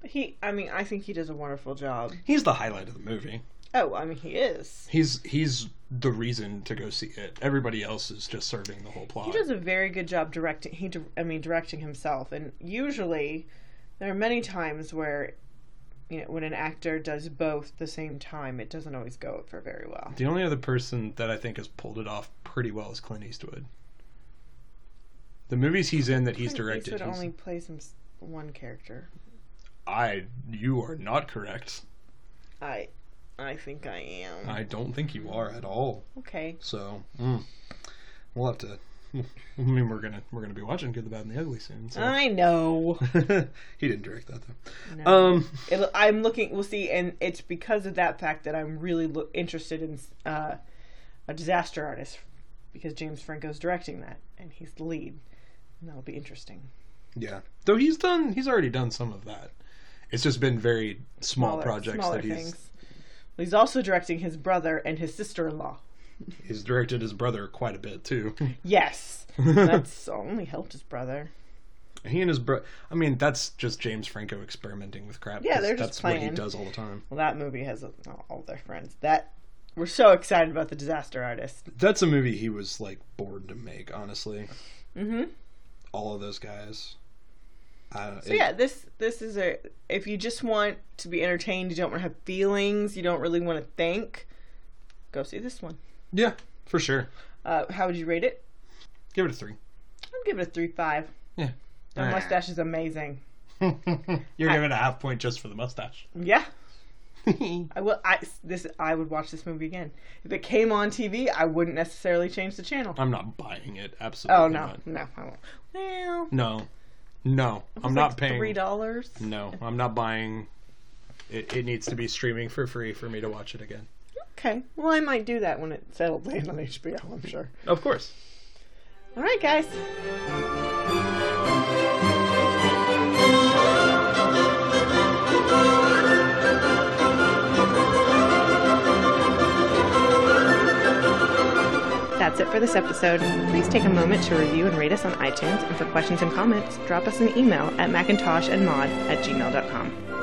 Speaker 2: But he, I mean, I think he does a wonderful job.
Speaker 4: He's the highlight of the movie.
Speaker 2: Oh, I mean, he is.
Speaker 4: He's he's the reason to go see it. Everybody else is just serving the whole plot.
Speaker 2: He does a very good job directing. He, di- I mean, directing himself. And usually, there are many times where, you know, when an actor does both at the same time, it doesn't always go over very well.
Speaker 4: The only other person that I think has pulled it off pretty well is Clint Eastwood. The movies he's in that he's
Speaker 2: Clint
Speaker 4: directed,
Speaker 2: Eastwood
Speaker 4: he's,
Speaker 2: only plays him s- one character.
Speaker 4: I you are not correct.
Speaker 2: I, I think I am.
Speaker 4: I don't think you are at all.
Speaker 2: okay.
Speaker 4: So mm, we'll have to. I mean, we're gonna we're gonna be watching Good, the Bad, and the Ugly soon. So.
Speaker 2: I know.
Speaker 4: he didn't direct that though.
Speaker 2: No.
Speaker 4: Um,
Speaker 2: It, I'm looking. We'll see, and it's because of that fact that I'm really lo- interested in uh, a disaster artist because James Franco's directing that, and he's the lead, and that'll be interesting.
Speaker 4: yeah. Though he's done, he's already done some of that. It's just been very small
Speaker 2: Smaller-
Speaker 4: projects
Speaker 2: smaller
Speaker 4: that he's
Speaker 2: things. He's also directing his brother and his sister-in-law.
Speaker 4: he's directed his brother quite a bit too.
Speaker 2: Yes, that's only helped his brother.
Speaker 4: He and his bro. I mean, that's just James Franco experimenting with crap.
Speaker 2: Yeah,
Speaker 4: 'cause
Speaker 2: they're just
Speaker 4: that's what
Speaker 2: playing.
Speaker 4: he does all the time.
Speaker 2: Well, that movie has uh, all their friends. That we're so excited about the disaster artist.
Speaker 4: That's a movie he was like bored to make, honestly.
Speaker 2: Mm-hmm.
Speaker 4: All of those guys. I don't,
Speaker 2: So yeah, this this is a if you just want to be entertained, you don't want to have feelings, you don't really want to think, go see this one.
Speaker 4: yeah, for sure.
Speaker 2: Uh, how would you rate it?
Speaker 4: Give it a three.
Speaker 2: I'd give it a three five.
Speaker 4: Yeah.
Speaker 2: The mustache is amazing.
Speaker 4: You're giving a half point just for the mustache.
Speaker 2: Yeah, I will. I this I would watch this movie again if it came on TV. I wouldn't necessarily change the channel.
Speaker 4: I'm not buying it. Absolutely.
Speaker 2: Oh no,
Speaker 4: Not.
Speaker 2: no, I won't. Well,
Speaker 4: No. No. I'm
Speaker 2: it's
Speaker 4: not
Speaker 2: like
Speaker 4: paying. Mm.
Speaker 2: three dollars.
Speaker 4: No, I'm not buying. It, it needs to be streaming for free for me to watch it again.
Speaker 2: Okay, well I might do that when it settles in on HBO. I'm sure.
Speaker 4: Of course.
Speaker 2: All right, guys. That's it for this episode. Please take a moment to review and rate us on iTunes, and for questions and comments, drop us an email at macintosh and mod at gmail.com.